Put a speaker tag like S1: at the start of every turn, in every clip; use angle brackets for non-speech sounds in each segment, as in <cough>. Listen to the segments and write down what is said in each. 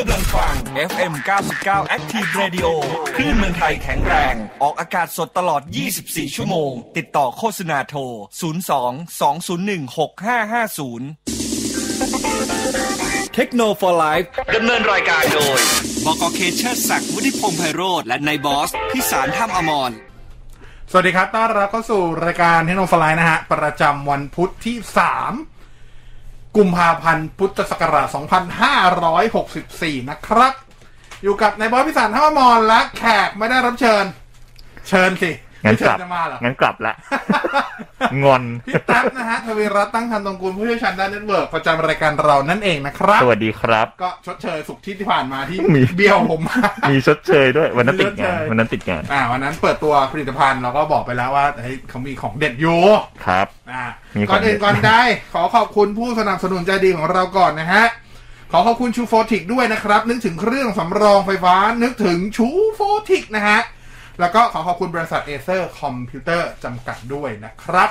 S1: กำลังฟัง FM 99 Active Radio คลื่นเมืองไทยแข็งแรง ออกอากาศสดตลอด 24 ชั่วโมง ติดต่อโฆษณาโทร 02 201 6550 เทคโนโลยีไลฟ์ดำเนินรายการโดย บอกอเคเชอร์ศักดิ์วุฒิพงษ์ไพโรธและนายบอส พิสารท่ามอมร
S2: สวัสดีครับ ต้อนรับเข้าสู่รายการเทคโนโลยีนะฮะ ประจำวันพุทธที่ 3 กุมภาพันธ์พุทธศักราช 2564 นะครับ อยู่กับนายบอสพิสารท่ามมรและแขกไม่ได้รับเชิญ เชิญสิ
S3: งั้น
S2: ไม่เชิ
S3: ก
S2: ญ
S3: ลับ
S2: จะมาเหรอ
S3: งั้นกลับละ งอน
S2: <laughs> พี่ตั๊บนะฮะทวีรัตน์ตั้งทันตรงกูลผู้เชี่ยวชาญด้านเน็ตเวิร์กประจำรายการเรานั่นเองนะครับ
S3: สวัสดีครับ
S2: ก็ชดเชยสุขที่ที่ผ่านมาที่
S3: มี
S2: เบี้ยวผมมา
S3: มีชดเชยด้วย วันนั้น
S2: มี
S3: ติ
S2: ช
S3: ด
S2: ดเช
S3: งาย น วันนั้นติดงาน
S2: อ่าวันนั้นเปิดตัวผลิตภัณฑ์เราก็บอกไปแล้วว่าเฮ้ยเขามีของเด็ดอยู่
S3: ครับ
S2: อ่ะ
S3: มี
S2: ก่อนอื่น
S3: ค
S2: ก่
S3: วา
S2: อน
S3: มเห็น
S2: ได้ ขอขอบคุณผู้สนับสนุนใจดีของเราก่อนนะฮะ ขอขอบคุณชูโฟติกด้วยนะครับ นึกถึงเครื่องสำรองไฟฟ้า นึกถึงชูโฟติกนะฮะ แล้วก็ขอขอบคุณบริษัทเอเซอร์คอมพิวเตอร์จำกัดด้วยนะครับ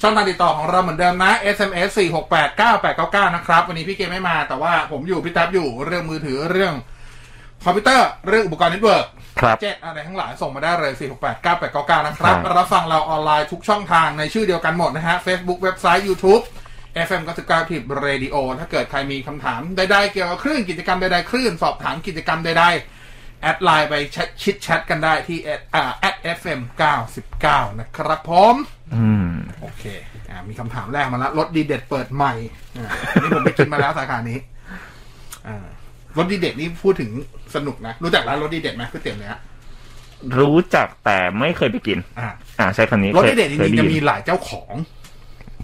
S2: ช่องทางติดต่อของเราเหมือนเดิมนะ SMS 4 6 8 9 8 9 9 นะครับ วันนี้พี่เกมไม่มา แต่ว่าผมอยู่พี่แท็บอยู่เรื่องมือถือเรื่องคอมพิวเตอร์เรื่องอุปกรณ์เน็ตเวิร์ก
S3: ครับ
S2: เจ็ดอะไรทั้งหลายส่งมาได้เลย 4 6 8 9 8 9 9 นะครับ
S3: ครับ
S2: รับฟังเราออนไลน์ทุกช่องทางในชื่อเดียวกันหมดนะฮะ Facebook เว็บไซต์ YouTube FM 99 Tip Radio ถ้าเกิดใครมีคำถามใดๆเกี่ยวกับคลื่นกิจกรรมใดๆคลื่น สอบถามกิจกรรมใดๆ แอดไลน์ไปแชทชิดแชทกันได้ที่แอดอ่า FM 99นะครับผม
S3: อืม
S2: โอเค อ่า มีคำถามแรกมาละรถดีเด็ดเปิดใหม่ อ่าอันนี้ผมไปกินมาแล้วสาขานี้ อ่ารถดีเด็ดนี่พูดถึงสนุกนะ รู้จักร้านรถดีเด็ดไหมก๋วยเตี๋ยวเนื้อ
S3: รู้จักแต่ไม่เคยไปกิน
S2: อ่ะ
S3: อ่าใช้คำนี้
S2: รถ
S3: คย
S2: ที่เด็ดจ
S3: ค
S2: ริ
S3: ย
S2: งๆ
S3: ไยิ
S2: จะ
S3: น
S2: มีหลายเจ้าของ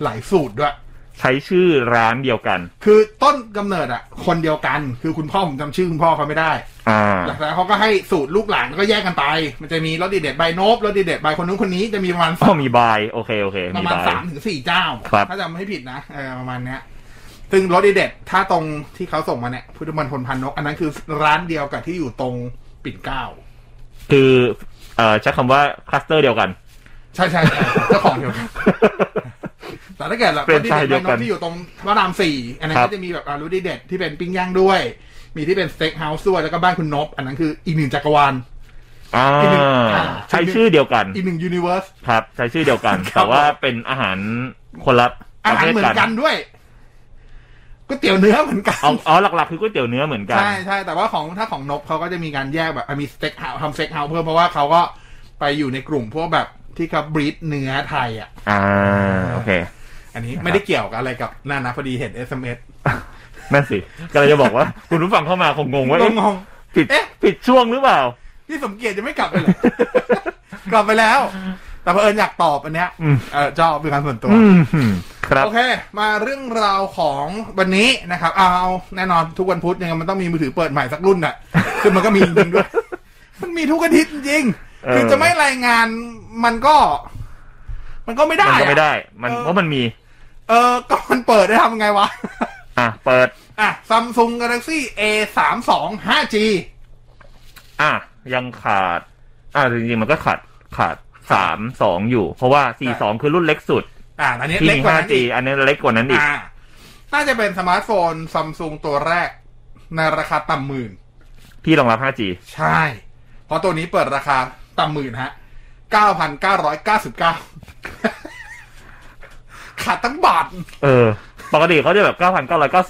S2: หลายสูตรด้วย
S3: ใช้ชื่อร้านเดียวกัน
S2: คือต้นกำเนิดอ่ะ คนเดียวกัน คือคุณพ่อผมจำชื่อคุณพ่อเขาไม่ได้
S3: อ่า
S2: หลังจากนั้นเขาก็ให้สูตรลูกหลานแล้วก็แยกกันไป มันจะมีรถดีเด็ดใบโนบรถดีเด็ดใบคนนู้นคนนี้จะมีประมาณ
S3: อ๋
S2: สา
S3: อ
S2: ม
S3: มีบาย โอเค โอเค
S2: ป
S3: มี
S2: ระมาณ
S3: บาย
S2: สามถึงสี่เจ้า
S3: ครับ
S2: ถ้าจำไม่ผิดนะเออประมาณเนี้ย ซึ่งรถดีเด็ดถ้าตรงที่เขาส่งมาเนี่ยพุทธมณฑลพันนกอันนั้นคือร้านเดียวกับที่อยู่ตรงปิ่นเกล้า
S3: คือเอ่อใช้คำว่าคลัสเตอร์เดี
S2: <laughs>
S3: ยวกัน
S2: ใช่ใช่ใช่เจ้าของเดียวกัน แต่ถ้าเกิดแบบ
S3: เป็นชาย
S2: ที่
S3: เดียวกัน
S2: ที่อยู่ตรงพระรามสี่อันนั้น
S3: ครับ
S2: ก็จะมีแบบอารูดีเด็ดที่เป็นปิ้งย่างด้วย มีที่เป็นสเต็กเฮาส์ด้วยแล้วก็บ้านคุณนบอันนั้นคืออีกหนึ่งจักรวาล
S3: อ่า
S2: อีกหนึ่งอ่า
S3: ใช้ชื่อเดียวกัน
S2: อีกหนึ่งยูนิเวอร์ส
S3: ครับ ใช้ชื่อเดียวกัน
S2: ครับ
S3: แต่ว่าเป็นอาหารคนละป
S2: อา
S3: ระ
S2: หาร
S3: เภท
S2: เหมือ
S3: กัน น
S2: กันด้วยก๋วยเตี๋ยวเนื้อเหมือนกัน
S3: เอาอ๋อหลักๆคือก๋วยเตี๋ยวเนื้อเหมือนกัน
S2: ใช่ใช่แต่ว่าของถ้าของนบเขาก็จะมีการแยกแบบอ่ะมีสเต็กเฮาส์ทำสเต็กเฮาส์เพิ่มเพราะว่าเขาก็ไปอยู่ในกลุ่มพวกแบบที่เขาบรีดเนื้อไทยอ่ะ
S3: อ่า โอเค <laughs>
S2: อันนี้ไม่ได้เกี่ยวกับอะไรกับนั่นนะพอดีเห็น SMS
S3: นั่นสิกำลังจะบอกว่า คุณผู้ฟังเข้ามาคงงงว่าเอ๊ะ
S2: งง
S3: ผิด
S2: เอ๊ะ
S3: ผิดช่วงหรือเปล่า
S2: พี่สมเกียรติยังไม่กลับไป
S3: <laughs>
S2: เลย กลับไปแล้ว แต่เผอิญอยากตอบอันเนี้ย
S3: อืม
S2: เออชอบเป็นการส่วนตัว
S3: อืมครับ
S2: โอเค มาเรื่องราวของวันนี้นะครับ เอาแน่นอนทุกวันพุธยังไงมันต้องมีมือถือเปิดใหม่สักรุ่น
S3: <laughs>
S2: น่ะ คือมันก็มีจริงๆด้วย มันมีทุกอาทิตย์จริง
S3: เออ
S2: คือจะไม่รายงานมันก็ มันก็ไม่ได้
S3: มันก็
S2: อะ
S3: ไม่ได้ มัน
S2: เออ
S3: เพราะมันมี
S2: เออ ก็มันเปิดได้ทำไงวะ <laughs>
S3: อ่ะ เปิด
S2: อ่ะซัมซุงกาแล็กซี่ A สามสอง 5G
S3: อ่ะ ยังขาด อ่ะจริงๆมันก็ขาดขาดสามสองอยู่ เพราะว่าสี่สองคือรุ่นเล็กสุด
S2: อ่ะอันนี้
S3: ที่
S2: เล็ก
S3: มี
S2: กว่านั้น
S3: 5G
S2: อีก
S3: อันนี้เล็กกว่านั้นอีก
S2: อ่าน่าจะเป็นสมาร์ทโฟนซัมซุงตัวแรก ในราคาต่ำหมื่น
S3: ที่รองรับ 5G
S2: ใช่ เพราะตัวนี้เปิดราคาต่ำหมื่นฮะ 9,999 ขาดตั้งบาท
S3: เออ ปกติเขาจะแบ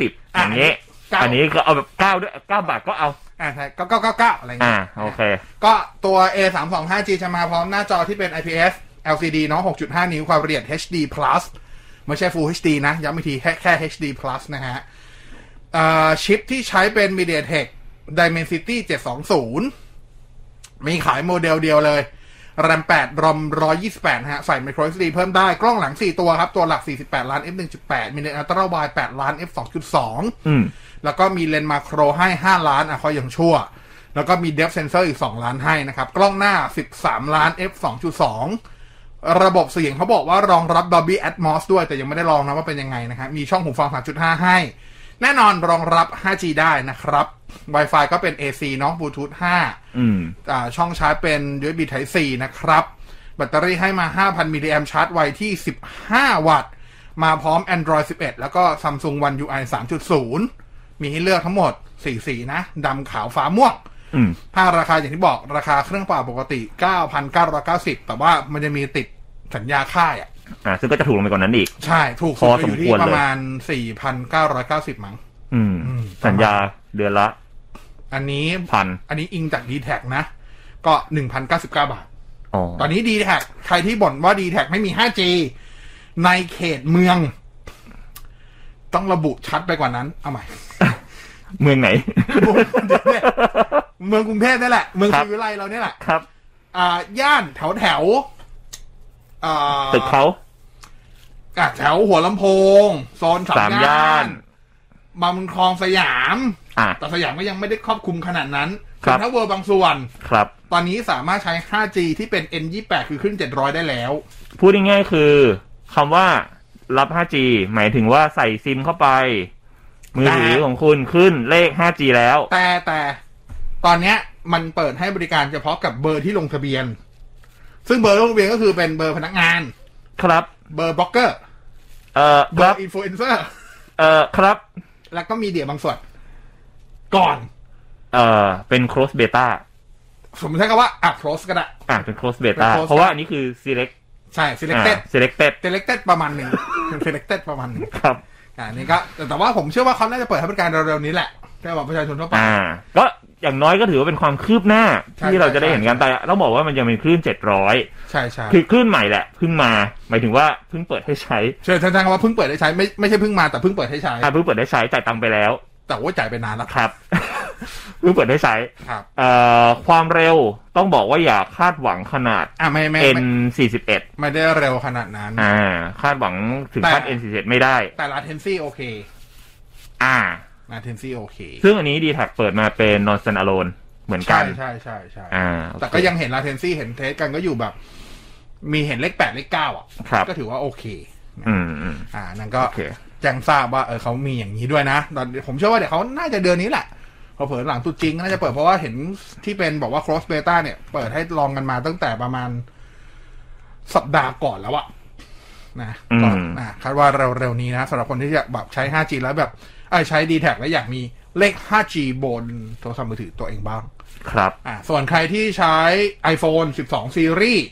S3: บ 9,990 อย่างเงี้ย
S2: อ่ะอั
S3: อั
S2: น
S3: น
S2: นี้
S3: นี้ก็เอาแบบ 9 ด้วย 9 บาทก็เอา
S2: อ่าใช่9,999 อะไร
S3: อ่ะ
S2: เงี้ย
S3: โอเค
S2: ก็ตัว A 3 2 5 G จะมาพร้อมหน้าจอที่เป็น IPS LCD เนาะ6.5 นิ้วความละเอียด HD Plus ไม่ใช่ Full HD นะ ย้ำอีกทีแค่แค่ HD Plus นะฮะเอ่อชิปที่ใช้เป็น MediaTek Dimensity 720 มีขายโมเดลเดียวเลย แรม8รอม128 ฮะ ใส่ micro SD เพิ่มได้ กล้องหลัง 4 ตัวครับ ตัวหลัก 48 ล้าน f 1.8 มีเลนส์อัลตร้าไวด์8ล้าน f
S3: อืม
S2: 2.2 แล้วก็มีเลนส์มาโครให้ 5 ล้าน อ่ะคอยอย่างชั่ว แล้วก็มีเดฟเซนเซอร์อีก 2 ล้านให้นะครับ กล้องหน้า 13 ล้าน f 2.2 ระบบเสียงเขาบอกว่ารองรับ Dolby Atmos ด้วย แต่ยังไม่ได้ลองนะว่าเป็นยังไงนะครับ มีช่องหูฟัง 3.5 ให้ แน่นอนรองรับ 5G ได้นะครับ Wi-Fi ก็เป็น AC เนาะ Bluetooth 5
S3: อืม
S2: อ่าช่องชาร์จเป็น USB Type C นะครับ แบตเตอรี่ให้มา 5,000 มิลลิแอมชาร์จไวที่ 15 วัตต์ มาพร้อม Android 11 แล้วก็ Samsung One UI 3.0 มีให้เลือกทั้งหมดสี่สีนะดำขาวฟ้าม่วง
S3: อืม
S2: ถ้าราคาอย่างที่บอกราคาเครื่องเปล่าปกติ 9,990 แต่ว่ามันจะมีติดสัญญาค่ายอ่ะ
S3: อ่า ซึ่งก็จะถูกลงไปกว่านั้นอีก
S2: ใช่ถูกสุ
S3: พ
S2: ด
S3: อ
S2: ก็
S3: ส
S2: อ
S3: ม
S2: ยู่ที่
S3: ควรเลย
S2: ประมาณ 4,990 มั้ง
S3: อืม
S2: อืม
S3: สัญญาเดือนละ
S2: อันนี้
S3: พัน
S2: อันนี้อิงจาก d t แทนะ ก็ 1,099 บาท
S3: อ๋อ
S2: ตอนนี้ d t แทใครที่บ่นว่า d t แทไม่มี 5G ในเขตเมือง ต้องระบุชัดไปกว่านั้น เอาใหม่
S3: เมืองไหน
S2: เดี๋ยวเนี่ยเมืองกรุงเทพนี่แหละ เมือง
S3: ครั
S2: ศ
S3: บ
S2: รีวิไลเราเนี่ยแหละ
S3: ครับ
S2: อ่า ย่านแถวแถวๆอ่า
S3: ตึกเขา
S2: อ่ะแถวหัวลำโพง โซนสา
S3: สาม ม
S2: ย่า
S3: ย่าน น
S2: บางบุญคลองสยาม
S3: อ่ะ
S2: แต่สยามก็ยังไม่ได้ครอบคลุมขนาดนั้น
S3: ครั
S2: เซ็น
S3: บ
S2: ทรัลเวิร์บางส่วน
S3: ครับ
S2: ตอนนี้สามารถใช้ 5G ที่เป็น N28 คือขึ้น 700 ได้แล้ว
S3: พูดง่ายๆคือคำว่ารับ 5G หมายถึงว่าใส่ซิมเข้าไป มือถือ
S2: แต่
S3: ของคุณขึ้นเลข 5G แล้ว
S2: แต่แต่ตอนเนี้ยมันเปิดให้บริการเฉพาะกับเบอร์ที่ลงทะเบียน ซึ่งเบอร์ลงทะเบียนก็คือเป็นเบอร์พนักงาน
S3: ครับ
S2: เบอร์บล็อกเกอร์
S3: เอ่อ
S2: เบ
S3: ค
S2: อ
S3: รับ
S2: ร์อินฟลูเอนเซอร์
S3: เอ่อครับ
S2: แล้วก็มีเดียบางส่วน ก่อน
S3: เอ่อเป็น close beta
S2: สมมติใช้คำว่าอ่ะ close ก็ได้
S3: อ่ะเป็น close
S2: เป็น
S3: beta
S2: close
S3: เพราะว่าอันนี้คือ select
S2: ใช่
S3: อ่า
S2: selected
S3: selected
S2: selected ประมาณหนึ่ง selected ประมาณหนึ่ง
S3: ครับ
S2: อ่านี่ก็แต่แต่ว่าผมเชื่อว่าเขาน่าจะเปิดให้บริการเร็วๆนี้แหละแต่ว่าประชาชนทั่วไป
S3: อ่า ก็อย่างน้อยก็ถือว่าเป็นความคืบหน้า
S2: ใช่
S3: ที่เราจะได้
S2: ใช่
S3: เห็นกันแต่ต้องบอกว่ามันยังเป็นคลื่น 700
S2: ใช่ใช่
S3: คือคลื่นใหม่แหละเพิ่งมา หมายถึงว่าเพิ่งเปิดให้ใช้
S2: เชิญทางทางว่าเพิ่งเปิดให้ใช้ไม่ไม่ใช่เพิ่งมาแต่เพิ่งเปิดให้ใช้
S3: อ่ะเพิ่งเปิดให้ใช้จ่ายตังค์ไปแล้ว
S2: แต่ว่าจ่ายไปนานแล้ว
S3: ครับ <laughs> เพิ่งเปิดให้ใช้
S2: ครับ
S3: เอ่อความเร็วต้องบอกว่าอย่าคาดหวังขนาด
S2: อ่าไม่ไม่ไม่
S3: N41
S2: ไม่ได้เร็วขนาดนั้น
S3: อ่า คาดหวังถึงขั้น
S2: แต่
S3: N41 ไม่ได้
S2: แต่ latency โอเค
S3: อ่า
S2: latency โอเค
S3: ซึ่งอันนี้ d t แทเปิดมาเป็น non standalone เหมือนกั
S2: ใช่
S3: น
S2: ใช่ใช่ใช่
S3: อ่า
S2: แต่ก็ยังเห็น latency เห็นเทสกันก็อยู่แบบ มีเห็นเลขแปดเลขเก้าอ่ะ
S3: ครับ
S2: ก็ถือว่าโอเค
S3: อืมอืม
S2: อ่านั่นก็
S3: โอเค
S2: แจ้งทราบว่าเออเขามีอย่างนี้ด้วยนะตอนผมเชื่อว่าเดี๋ยวเขาน่าจะเดือนนี้แหละพอเผลอๆหลังตรุ๊จริงก็น่าจะเปิดเพราะว่าเห็นที่เป็นบอกว่า cross beta เนี่ย เปิดให้ลองกันมาตั้งแต่ประมาณสัปดาห์ก่อนแล้วอะนะก็อ่ะคาดว่าเร็วๆนี้นะสำหรับคนที่จะแบบใช้ 5G แล้วแบบเอ้ยใช้ d t แทแล้วอยากมีเลข 5G บนโทรศัพท์มือถือตัวเองบ้าง
S3: ครับ
S2: อ่าส่วนใครที่ใช้ iPhone 12 Series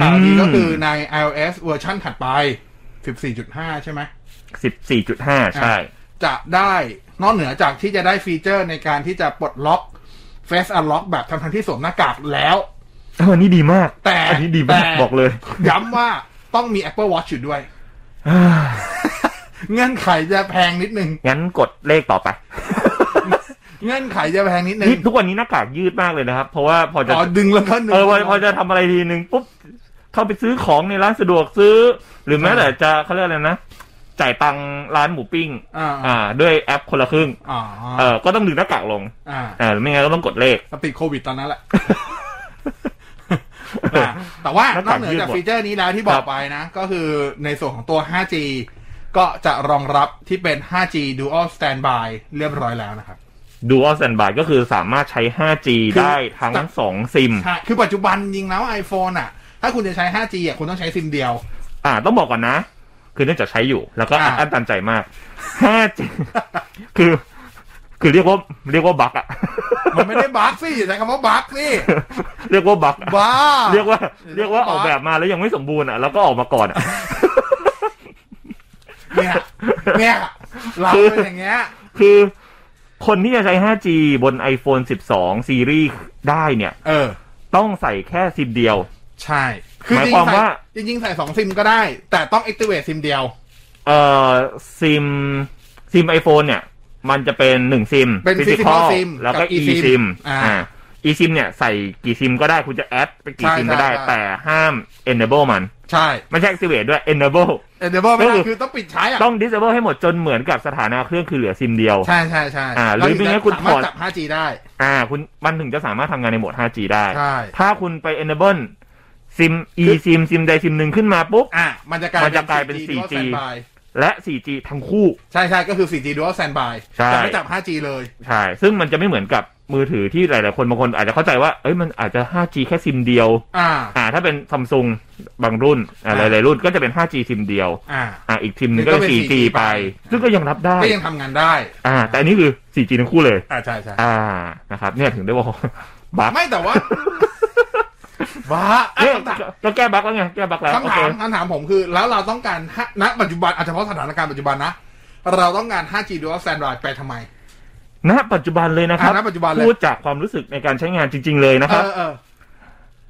S2: ข่าวดีก็คือใน iOS เวอร์ชั่นถัดไป 14.5 ใช่ไหม
S3: 14.5 ใช่
S2: จะได้นอกเหนือจากที่จะได้ฟีเจอร์ในการที่จะปลดล็อก Face Unlock แบบทั้งทั้งๆที่สวมหน้ากากแล้ว <laughs>
S3: เอออันนี้ดีมาก
S2: แต่
S3: อันนี้ดีมาก
S2: แต่
S3: บอกเลย
S2: ย้ำว่าต้องมี Apple Watch อยู่ <laughs> ด้วย เงื่อนไขจะแพงนิดนึง
S3: <sighs>
S2: <laughs>
S3: งั้นกดเลขต่อไป
S2: เงื่อนไขจะแพงนิดนึง
S3: นี่ทุกวันนี้หน้ากากยืดมากเลยนะครับ เพราะว่าพอจะ
S2: อ๋อดึงแล้วก็หนึ่ง
S3: เออพอพอจะทำอะไรทีหนึ่งปุ๊บ เข้าไปซื้อของในร้านสะดวกซื้อ หรือแม้แต่จะเขาเรียกอะไรนะ จ่ายตังค์ร้านหมูปิ้ง
S2: อ่า
S3: ด้วยแอปคนละครึ่ง
S2: อ๋อ
S3: เออก็ต้องดึงหน้ากากลง
S2: อ่า
S3: เออไม่งั้นก็ต้องกดเลข
S2: ก็ติดโควิดตอน
S3: <laughs>
S2: นั้นแหละ อ่ะแต่ว่า
S3: ห
S2: อก
S3: น้านาก ก
S2: เหนือจาก
S3: ยืดหมด
S2: ฟีเจอร์นี้แล้วที่บอ
S3: ครั
S2: ก
S3: บ
S2: ไปนะ ก็คือในส่วนของตัว 5G ก็จะรองรับที่เป็น 5G Dual Standby เรียบร้อยแล้วนะครับ
S3: Dual Standby ก็คือสามารถใช้ 5G
S2: คือ
S3: ได้ทั้ง
S2: แต่
S3: สองซิม
S2: ใช่คือปัจจุบันจริงแล้ว iPhone อ่ะ ถ้าคุณจะใช้ 5G อ่ะคุณต้องใช้ซิมเดียว
S3: อ่า ต้องบอกก่อนนะ คือเนื่องจากใช้อยู่ แล้วก็อัด
S2: อ่า
S3: อั้นตันใจมาก 5G คือ คือเรียกว่าเรียกว่าบั๊กอะ <laughs>
S2: มันไม่ได้บั๊กสิอย่าใช้คำว่าบั๊กสิ
S3: เรียกว่าบั๊กอะ
S2: บ้า
S3: เรียกว่าเรียกว่า
S2: บั๊
S3: อก อกแบบมาแล้วยังไม่สมบูรณ์อะแล้วก็ออกมาก่อนอะ
S2: เนี่ยเนี่ยเราเป็นอย่างเงี้ย
S3: คือคนที่จะใช้ 5G บน iPhone 12 Series ได้เนี่ย
S2: เออ
S3: ต้องใส่แค่ซิมเดียว
S2: ใช่คือ
S3: หมา
S2: จ
S3: ย
S2: ริ
S3: ค
S2: ง
S3: วา
S2: ๆ
S3: ม
S2: ใส่
S3: ว่า
S2: จริงๆใส่สองซิมก็ได้ แต่ต้อง activate ซิมเดียว
S3: เอ่อซิมซิม iPhone เนี่ย มันจะเป็นหนึ่งซิม
S2: เป็น
S3: physical
S2: physical SIM
S3: แล้ว
S2: กั
S3: ก็
S2: บ
S3: e
S2: eSIM
S3: ซิม
S2: อ่า
S3: อีซิมเนี่ยใส่กี่ซิมก็ได้คุณจะแอดไปกี่
S2: ใช่
S3: ซิมก็ได้
S2: ใช่
S3: แต่ห้าม enable มัน
S2: ใช่
S3: ไม่ใช่ activate ด้วย enable
S2: เดี๋ยวบอกไม่ได้
S3: ก็คือ
S2: คือต้องปิดใช้อ่ะ
S3: ต้อง disable ให้หมดจนเหมือนกับสถานะเครื่องคือเหลือซิมเดียว
S2: ใช่ใช่ใช่
S3: อ่าหรือไม่งั้นคุณ
S2: สามารถ
S3: ถอด
S2: จับ 5G ได้
S3: อ่า คุณมันถึงจะสามารถทำงานในโหมด 5G ได้
S2: ใช่
S3: ถ้าคุณไป enable ซิม e ซิมซิมใดซิมหนึ่งขึ้นมาปุ๊บ
S2: อ่า มันจะกลาย
S3: มันจะกลายเป็น 4G
S2: standby
S3: และ 4G ทั้งคู่
S2: ใช่ใช่ก็คือ 4G dual standby
S3: ใช่
S2: จะไม่จับ 5G เลย
S3: ใช่ ซึ่งมันจะไม่เหมือนกับ มือถือที่หลาย ๆ คนบางคนอาจจะเข้าใจว่า เอ้ยมันอาจจะ 5G แค่ซิมเดียว
S2: อ่า
S3: อ่า ถ้าเป็นซัมซุงบางรุ่นอ่าห
S2: อ่า
S3: ลาย ๆ รุ่นก็จะเป็น 5G ซิมเดียว
S2: อ่า
S3: อ่าอีกซิมหนึงก็
S2: ก็
S3: เป็น
S2: เป็น
S3: 4G
S2: ไป
S3: ไป ซึ่งก็ยังรับได้
S2: ก็ยังทำงานได้
S3: อ่า แต่อันนี้คือ 4G ทั้งคู่เลย
S2: อ่าใช่ใช่
S3: อ่า นะครับ เนี่ยถึงได้ว่า บั๊ก <laughs>
S2: ไม่แต่ว่า ว้าอ่ะ
S3: เนี่ย
S2: คำถาม
S3: ก็แก้บั๊กแล้วไง แก้บั๊กแล้วโอ
S2: คำ
S3: เค
S2: ถามคำถามผมคือ แล้วเราต้องการฮะณปัจจุบันอาจจะเพราะสถานการณ์ปัจจุบันนะ เราต้องการ 5G dual standard ไปทำไม
S3: ณปัจจุบันเลยนะครับ
S2: อ่าณปัจจุบันเลย
S3: พูดจากความรู้สึกในการใช้งานจริง ๆ เลยนะ
S2: เอ
S3: ครับ
S2: อเออ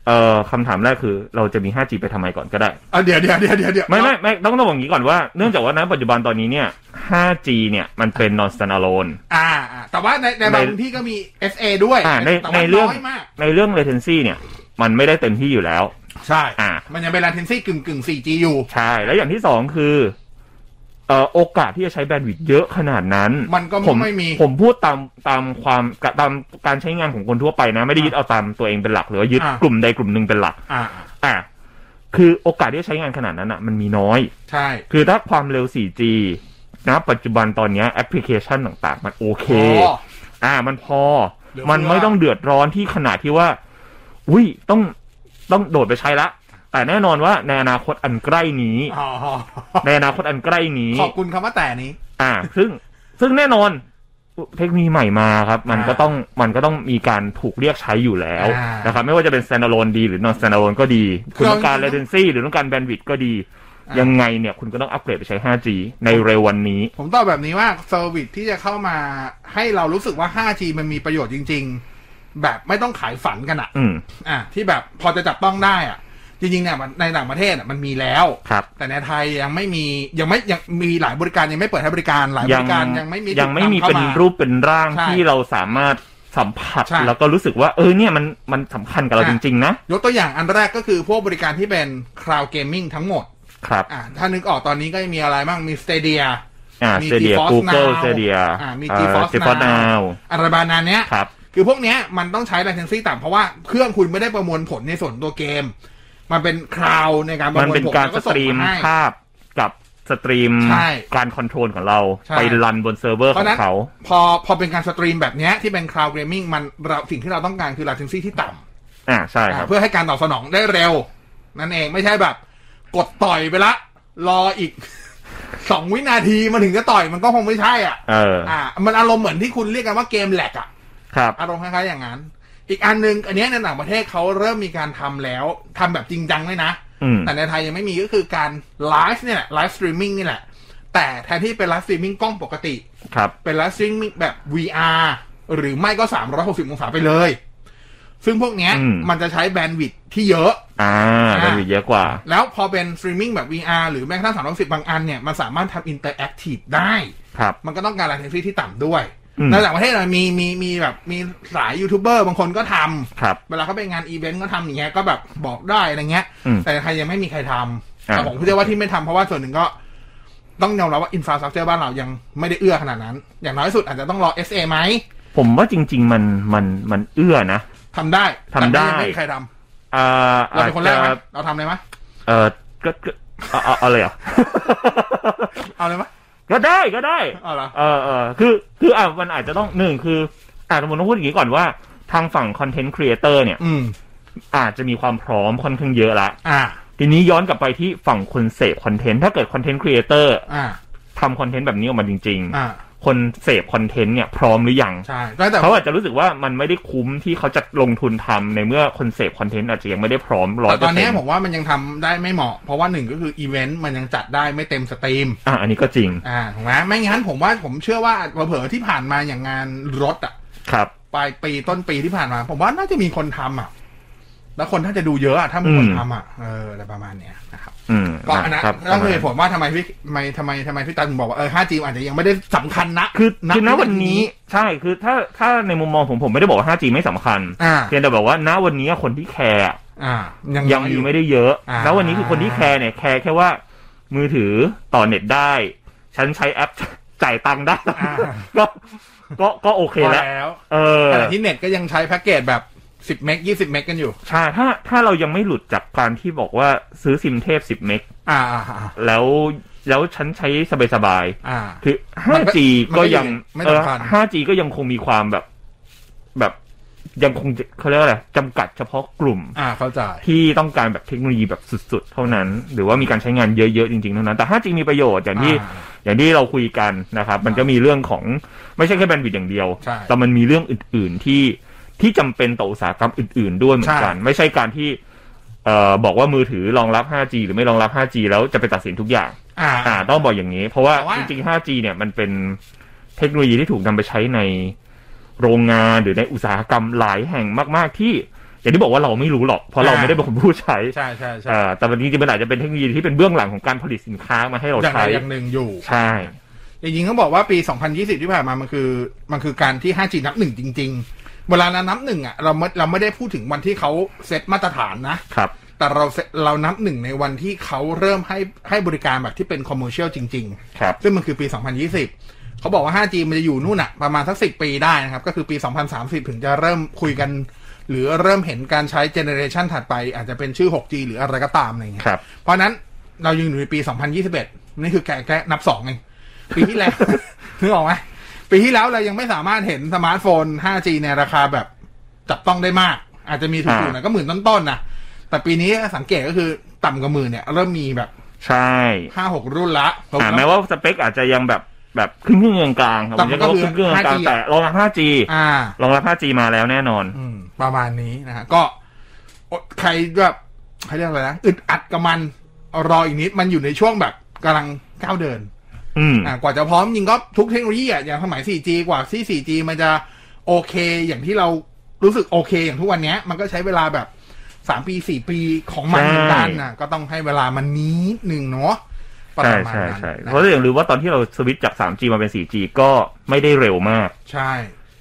S3: เอ่อคำถามแรกคือเราจะมี 5G ไปทำไมก่อนก็ได้
S2: เอาเดี๋ยวเดี๋ยวเดี๋ยวเดี๋ยวเดี๋ยว
S3: ไม่ไม่ไม่ต้องต้องบอกอย่างนี้ก่อนว่า เนื่องจากว่าณปัจจุบันตอนนี้เนี่ย 5G เนี่ยมันเป็น non standalone
S2: อ่าอ่าแต่ว่าในในบาง
S3: ใน
S2: พื้นที่ก็มี SA ด้วย
S3: อ่าใน
S2: แต่
S3: ใน
S2: ว่า
S3: เรื่อง
S2: น้อยมาก
S3: ในเรื่อง latency เนี่ย มันไม่ได้เต็มที่อยู่แล้ว
S2: ใช่
S3: อ่า
S2: มันยังเป็น latency กึ่งกึ่ง 4G อยู่
S3: ใช่ แล้วอย่างที่สองคือเอ่อโอกาสที่จะใช้แบนด์วิดต์เยอะขนาดนั้น
S2: มันก็
S3: ผม
S2: ไม่มี
S3: ผมพูดตามตามความตามการใช้งานของคนทั่วไปนะ ไม่ได้ยึดเอาตามตัวเองเป็นหลักหรือว่ายึด
S2: อ่ะ
S3: กลุ่มใดกลุ่มหนึ่งเป็นหลัก
S2: อ่า
S3: อ่าคือโอกาสที่จะใช้งานขนาดนั้นอ่ะ มันมีน้อย
S2: ใช่
S3: คือถ้าความเร็ว 4G นะปัจจุบันตอนเนี้แอปพลิเคชันต่างๆ มันโอเค อ่า มันพอ
S2: เหลือ
S3: มัน
S2: เฟือ
S3: ไม่ต้องเดือดร้อนที่ขนาดที่ว่า อุ้ยต้องต้องโดดไปใช้ละ แต่แน่นอนว่าในอนาคตอันใกล้นี้
S2: อ๋ออ๋อ
S3: ในอนาคตอันใกล้นี้
S2: ขอบคุณคำว่าแต่นี้
S3: อ่า ซึ่งซึ่งแน่นอนเทคโนโลยีใหม่มาครับ มัน
S2: อ่า
S3: ก็ต้องมันก็ต้องมีการถูกเรียกใช้อยู่แล้ว
S2: อ่าน
S3: นะครับ ไม่ว่าจะเป็น standalone ดีหรือ non standalone ก็ดี คุณต้องการ latency หรือต้องการ bandwidth ก็ดี ยังไงเนี่ย คุณก็ต้องอัปเกรดไปใช้ 5G ในเร็ววันนี้
S2: ผมตอบแบบนี้ว่าเซอร์วิสที่จะเข้ามาให้เรารู้สึกว่า 5G มันมีประโยชน์จริง ๆ แบบไม่ต้องขายฝันกันอะ
S3: อืม
S2: อ่ะที่แบบพอจะจับต้องได้อ่ะ จริงๆเนี่ยมันในต่างประเทศอะมันมีแล้ว
S3: ครับ
S2: แต่ในไทยยังไม่มียังไม่ยังมีหลายบริการยังไม่เปิดให้บริการหลายบริการยังไม่มี
S3: ยังไม่มี
S2: ถูก
S3: เป็น
S2: นำข้าา
S3: รูปเป็นร่าง
S2: ใช่
S3: ที่เราสามารถสัมผัส
S2: ใช่
S3: แล้วก็รู้สึกว่า เออเนี่ยมันมันสำคัญกับเรา
S2: อ่ะ
S3: จริง ๆ นะ
S2: ยกตัวอย่างอันแรกก็คือพวกบริการที่เป็น cloud gaming ทั้งหมด
S3: ครับ
S2: อ่ะถ้านึกออกตอนนี้ก็มีอะไรบ้างมี Stadia
S3: อ่า
S2: มี
S3: เซเดีย
S2: GeForce
S3: กูเกิล
S2: Now
S3: เซเดีย
S2: อ่ะมี GeForce
S3: เซฟอร์นาว
S2: Now อะไรประมาณเนี้ย
S3: ครับ
S2: คือพวกเนี้ยมันต้องใช้ latency ต่ำเพราะว่าเครื่องคุณไม่ได้ประมวลผลในส่วนตัวเกม มันเป็นคลาวในการประ
S3: มัน
S2: มวล
S3: เป็น
S2: ผล
S3: การ
S2: แล้ว
S3: ส
S2: ก็ส่
S3: ต
S2: ง
S3: รีม
S2: มาให้
S3: ภาพกับสตรีม
S2: ใช่
S3: การคอนโทรลของเรา
S2: ใช่
S3: ไปรันบนเซิร์ฟเวอร์
S2: เพ
S3: ข
S2: ราะ
S3: อ
S2: ฉะนั้น
S3: งเขา
S2: พอพอเป็นการสตรีมแบบเนี้ยที่เป็นคลาว d g เกมมิ่งมันเราสิ่งที่เราต้องการคือ latency ที่ต่ำ
S3: อ่าใช่ครั
S2: อ่ะ
S3: บ
S2: เพื่อให้การตอบสนองได้เร็ว นั่นเองไม่ใช่แบบ กดต่อยไปละ รออีก <laughs> สองวินาทีมันถึงจะต่อยมันก็คงไม่ใช่อ่ะ
S3: เออ
S2: อ่ะมันอารมณ์เหมือนที่คุณเรียกกันว่าเกมแหลกอ่ะ
S3: ครับ
S2: อารมณ์คล้ายๆอย่างนั้น อีกอันหนึง อันเนี้ยในต่างประเทศเขาเริ่มมีการทำแล้วทำแบบจริงจังเลยนะ
S3: อืม
S2: แต่ในไทยยังไม่มีก็คือการไลฟ์เนี่ยแหละไลฟ์สตรีมมิ่งนี่แหละ แต่แทนที่เป็นไลฟ์สตรีมมิ่งกล้องปกติ
S3: ครับ
S2: เป็นไลฟ์สตรีมมิ่งแบบ VR หรือไม่ก็ 360 องศาไปเลย ซึ่งพวกเนี้ย
S3: อืม
S2: มันจะใช้แบนด์วิดท์ที่เยอะ
S3: อ่าเป็นวิเยอะกว่า
S2: แล้วพอเป็นสตรีมมิ่งแบบ VR หรือแม้กระทั่ง360 บางอันเนี่ยมันสามารถทำอินเตอร์แอคทีฟได้
S3: ครับ
S2: มันก็ต้องการ latency ที่ต่ำด้วย
S3: อืม
S2: ในต่างประเทศเรามีมีมีแบบมีสายยูทูบเบอร์บางคนก็ทำ
S3: ครับ
S2: เวลาเขาไปงานอีเวนต์ก็ทำอย่างเงี้ยก็แบบบอกได้อะไรเงี้ย
S3: อืม
S2: แต่ไทยยังไม่มีใครทำ
S3: อ่า
S2: แต่ผมคิดว่าที่ไม่ทำเพราะว่าส่วนหนึ่งก็ ต้องยอมรับว่าอินฟราสตรักเจอร์บ้านเรายังไม่ได้เอื้อขนาดนั้น อย่างน้อยสุดอาจจะต้องรอ SA ไหม
S3: ผมว่าจริง ๆ มันมันมันเอื้อนะ
S2: ทำได้
S3: ทำได้
S2: แต่ยังไม่มีใครทำ
S3: อ่า
S2: เราเป็นคนแรกไหม
S3: อาจจะ
S2: เราทำเลยไหม
S3: เออก็ก็เอาเอาเอาเล
S2: <laughs>
S3: ยเหรอ
S2: เอาเลยไหม
S3: ก็ได้ก็ได้
S2: เอาละ
S3: เออเออคือ คืออ่ะมันอาจจะต้องหนึ่งคืออ่ะสมมติต้องพูดอย่างนี้ก่อนว่า ทางฝั่งคอนเทนต์ครีเอเตอร์เนี่ย
S2: อืม
S3: อาจจะมีความพร้อมค่อนข้างเยอะละ
S2: อ่า
S3: ทีนี้ย้อนกลับไปที่ฝั่งคนเสพคอนเทนต์ ถ้าเกิดคอนเทนต์ครีเอเตอร์
S2: อ่า
S3: ทำคอนเทนต์แบบนี้ออกมาจริง
S2: อ่า
S3: ๆ คนเสพคอนเทนต์เนี่ยพร้อมหรือยัง
S2: ใช่ตั้งแต่
S3: เขาอาจจะรู้สึกว่ามันไม่ได้คุ้มที่เขาจะลงทุนทำในเมื่อคนเสพคอนเทนต์อาจจะยังไม่ได้พร้อมร้อย
S2: แต่
S3: เป
S2: ต
S3: อ
S2: อน
S3: ร์เซ็
S2: เนี้
S3: น
S2: ย
S3: ต์
S2: ผมว่ามันยังทำได้ไม่เหมาะ เพราะว่าหนึ่งก็คืออีเวนต์มันยังจัดได้ไม่เต็มสตรีม
S3: อ่ะอันนี้ก็จริง
S2: อ่าถูกไหมไม่งั้นผมว่าผมเชื่อว่าเผลอๆที่ผ่านมาอย่างงานรถอ่ะ
S3: ครับ
S2: ปลายปีต้นปีที่ผ่านมา ผมว่าน่าจะมีคนทำอ่ะ แล้วคนน่าจะดูเยอะอ่ะถ้ามีคน
S3: อืม
S2: ทำอ่ะเอออะไรประมาณเนี้ยนะครับ
S3: อืม
S2: ก็อันนั้น
S3: ครับ
S2: นั่นคือเหตุผลว่าทำไมพี่ทำไมทำไมทำไมพี่ตาถึงบอกว่าเออ 5G อาจจะยังไม่ได้สำคัญนะ
S3: คือ
S2: ณ
S3: คือณ
S2: วิาที
S3: วันนี้ใช่คือถ้าถ้าในมุมมองผมผมไม่ได้บอกว่า 5G ไม่สำคัญ
S2: อ่า
S3: เพียงแต่บอกว่าณวันนี้คนที่แคร์อะ
S2: อ่า ยัง
S3: ยัง
S2: น้อ
S3: มี
S2: อ
S3: ไม่ได้เยอะ
S2: อ่า
S3: แล้ววันนี้คือคนที่แคร์เนี่ยแคร์แค่ว่า มือถือต่อเน็ตได้ ฉันใช้แอป <laughs> จ่ายตังค์ได้ <laughs>
S2: อ่า
S3: ก็ก็ก็โอเค
S2: พอ
S3: แล้ว
S2: แล้ว
S3: เออ
S2: แต่ที่เน็ตก็ยังใช้แพ็กเกจแบบ 10 เมก 20 เมกกันอยู่
S3: ใช่ถ้าถ้าเรายังไม่หลุดจากการที่บอกว่าซื้อซิมเทพ 10 เมก
S2: อ่าอ่าอ่า
S3: แล้วแล้วฉันใช้สบายๆ
S2: อ่า
S3: คือ
S2: มันก็
S3: 5G ก็ยัง
S2: มันก็อยู่ไม่
S3: เออ
S2: สำคัญ
S3: 5G ก็ยังคงมีความแบบ แบบยังคงจะเขาเรียกว่าอะไรจำกัดเฉพาะกลุ่ม
S2: อ่าเข้าใจ
S3: ที่ต้องการแบบเทคโนโลยีแบบสุดๆ เท่านั้น หรือว่ามีการใช้งานเยอะๆ จริงๆ เท่านั้น แต่ 5G มีประโยชน์อย่างที่
S2: อ่า
S3: อย่างที่เราคุยกันนะครับ มันก็มีเรื่องของไม่ใช่แค่แบนด์วิดต์อย่างเดียว
S2: ใช่
S3: แต่มันมีเรื่องอื่นๆที่ที่จำเป็นต่ออุตสาหกรรมอื่นๆ ด้วยเหมือนกัน
S2: ใช่
S3: ไม่ใช่การที่เอ่อบอกว่ามือถือรองรับ 5G หรือไม่รองรับ 5G แล้วจะไปตัดสินทุกอย่าง
S2: อ่า
S3: อ่าต้องบอกอย่างนี้ เพราะว่า
S2: แต่ว่า
S3: จริงๆ 5G เนี่ยมันเป็นเทคโนโลยีที่ถูกนำไปใช้ในโรงงานหรือในอุตสาหกรรมหลายแห่งมากๆที่ อย่างที่บอกว่าเราไม่รู้หรอก เพราะเราไม่ได้เป็นคนผู้ใช้
S2: ใช่ใช่ใช่
S3: อ่าแต่มันจริงๆมันอาจจะเป็นเทคโนโลยีที่เป็นเบื้องหลังของการผลิตสินค้ามาให้เรา
S2: อย่างใด
S3: ใช้
S2: อย่างหนึ่งอยู่
S3: ใช่
S2: จริงๆต้องบอกว่าปี 2020 ที่ผ่านมา มันคือ มันคือการที่ 5G นับหนึ่งจริง ๆ เวลานั้นนับหนึ่งอ่ะ เราไม่เราไม่ได้พูดถึงวันที่เขาเซตมาตรฐานนะ
S3: ครับ
S2: แต่เราเซเรานับหนึ่งในวันที่เขาเริ่มให้ให้บริการแบบที่เป็นคอมเมอร์เชียลจริง ๆ
S3: ครับ
S2: ซึ่งมันคือปี 2020 เขาบอกว่า 5G มันจะอยู่นู่นน่ะ ประมาณสัก 10 ปีได้นะครับ ก็คือปี 2030 ถึงจะเริ่มคุยกัน หรือเริ่มเห็นการใช้เจเนอเรชันถัดไป อาจจะเป็นชื่อ 6G หรืออะไรก็ตามอะไรเงี้ย
S3: ครับ
S2: เพราะฉะนั้นเรายังอยู่ในปี 2021 นี่คือแกะแกะนับ2เองปีที่
S3: <laughs>
S2: แล้ว นึกออกไหมปีที่แล้วเรายังไม่สามารถเห็นสมาร์ทโฟน 5G ในราคาแบบจับต้องได้มาก อาจจะมีถูกๆหน่อยก็หมื่นต้นๆนะแต่ปีนี้สังเกตก็คือต่ำกว่าหมื่นเนี่ยเริ่มมีแบบ
S3: ใช่
S2: ห้าหกรุ่นละ
S3: อ่าแม้ว่าสเปคอาจจะยังแบบแบบครึ่งๆกลางๆครับ
S2: แต่
S3: ผม
S2: มั
S3: จะ
S2: นก็
S3: เรียกว่า
S2: คือ
S3: ครึ่งๆกลาง
S2: 5G
S3: ๆแต่รองรับ 5G
S2: อ่า
S3: รองรับ 5G มาแล้วแน่นอน
S2: อืมประมาณนี้นะฮะก็อดใครแบบใครเรียกอะไรนะอึดอัดกับมันรออีกนิดมันอยู่ในช่วงแบบกำลังก้าวเดิน
S3: อืม
S2: อ่ะกว่าจะพร้อมจริงก็ทุกเทคโนโลยีอ่ะอย่างสมัย 4G กว่าที่ 4G มันจะโอเค อย่างที่เรารู้สึกโอเค อย่างทุกวันเนี้ย มันก็ใช้เวลาแบบสามปีสี่ปีของมันเหมือนกันนะก็ต้องให้เวลามันนิดหนึ่งเนาะประ
S3: ใช่
S2: มาณ
S3: ใช่
S2: นั้น
S3: ใช่
S2: นะ
S3: เพราะอย่าลืมว่าตอนที่เราสวิตช์จาก 3G มาเป็น 4G ก็ไม่ได้เร็วมาก
S2: ใช่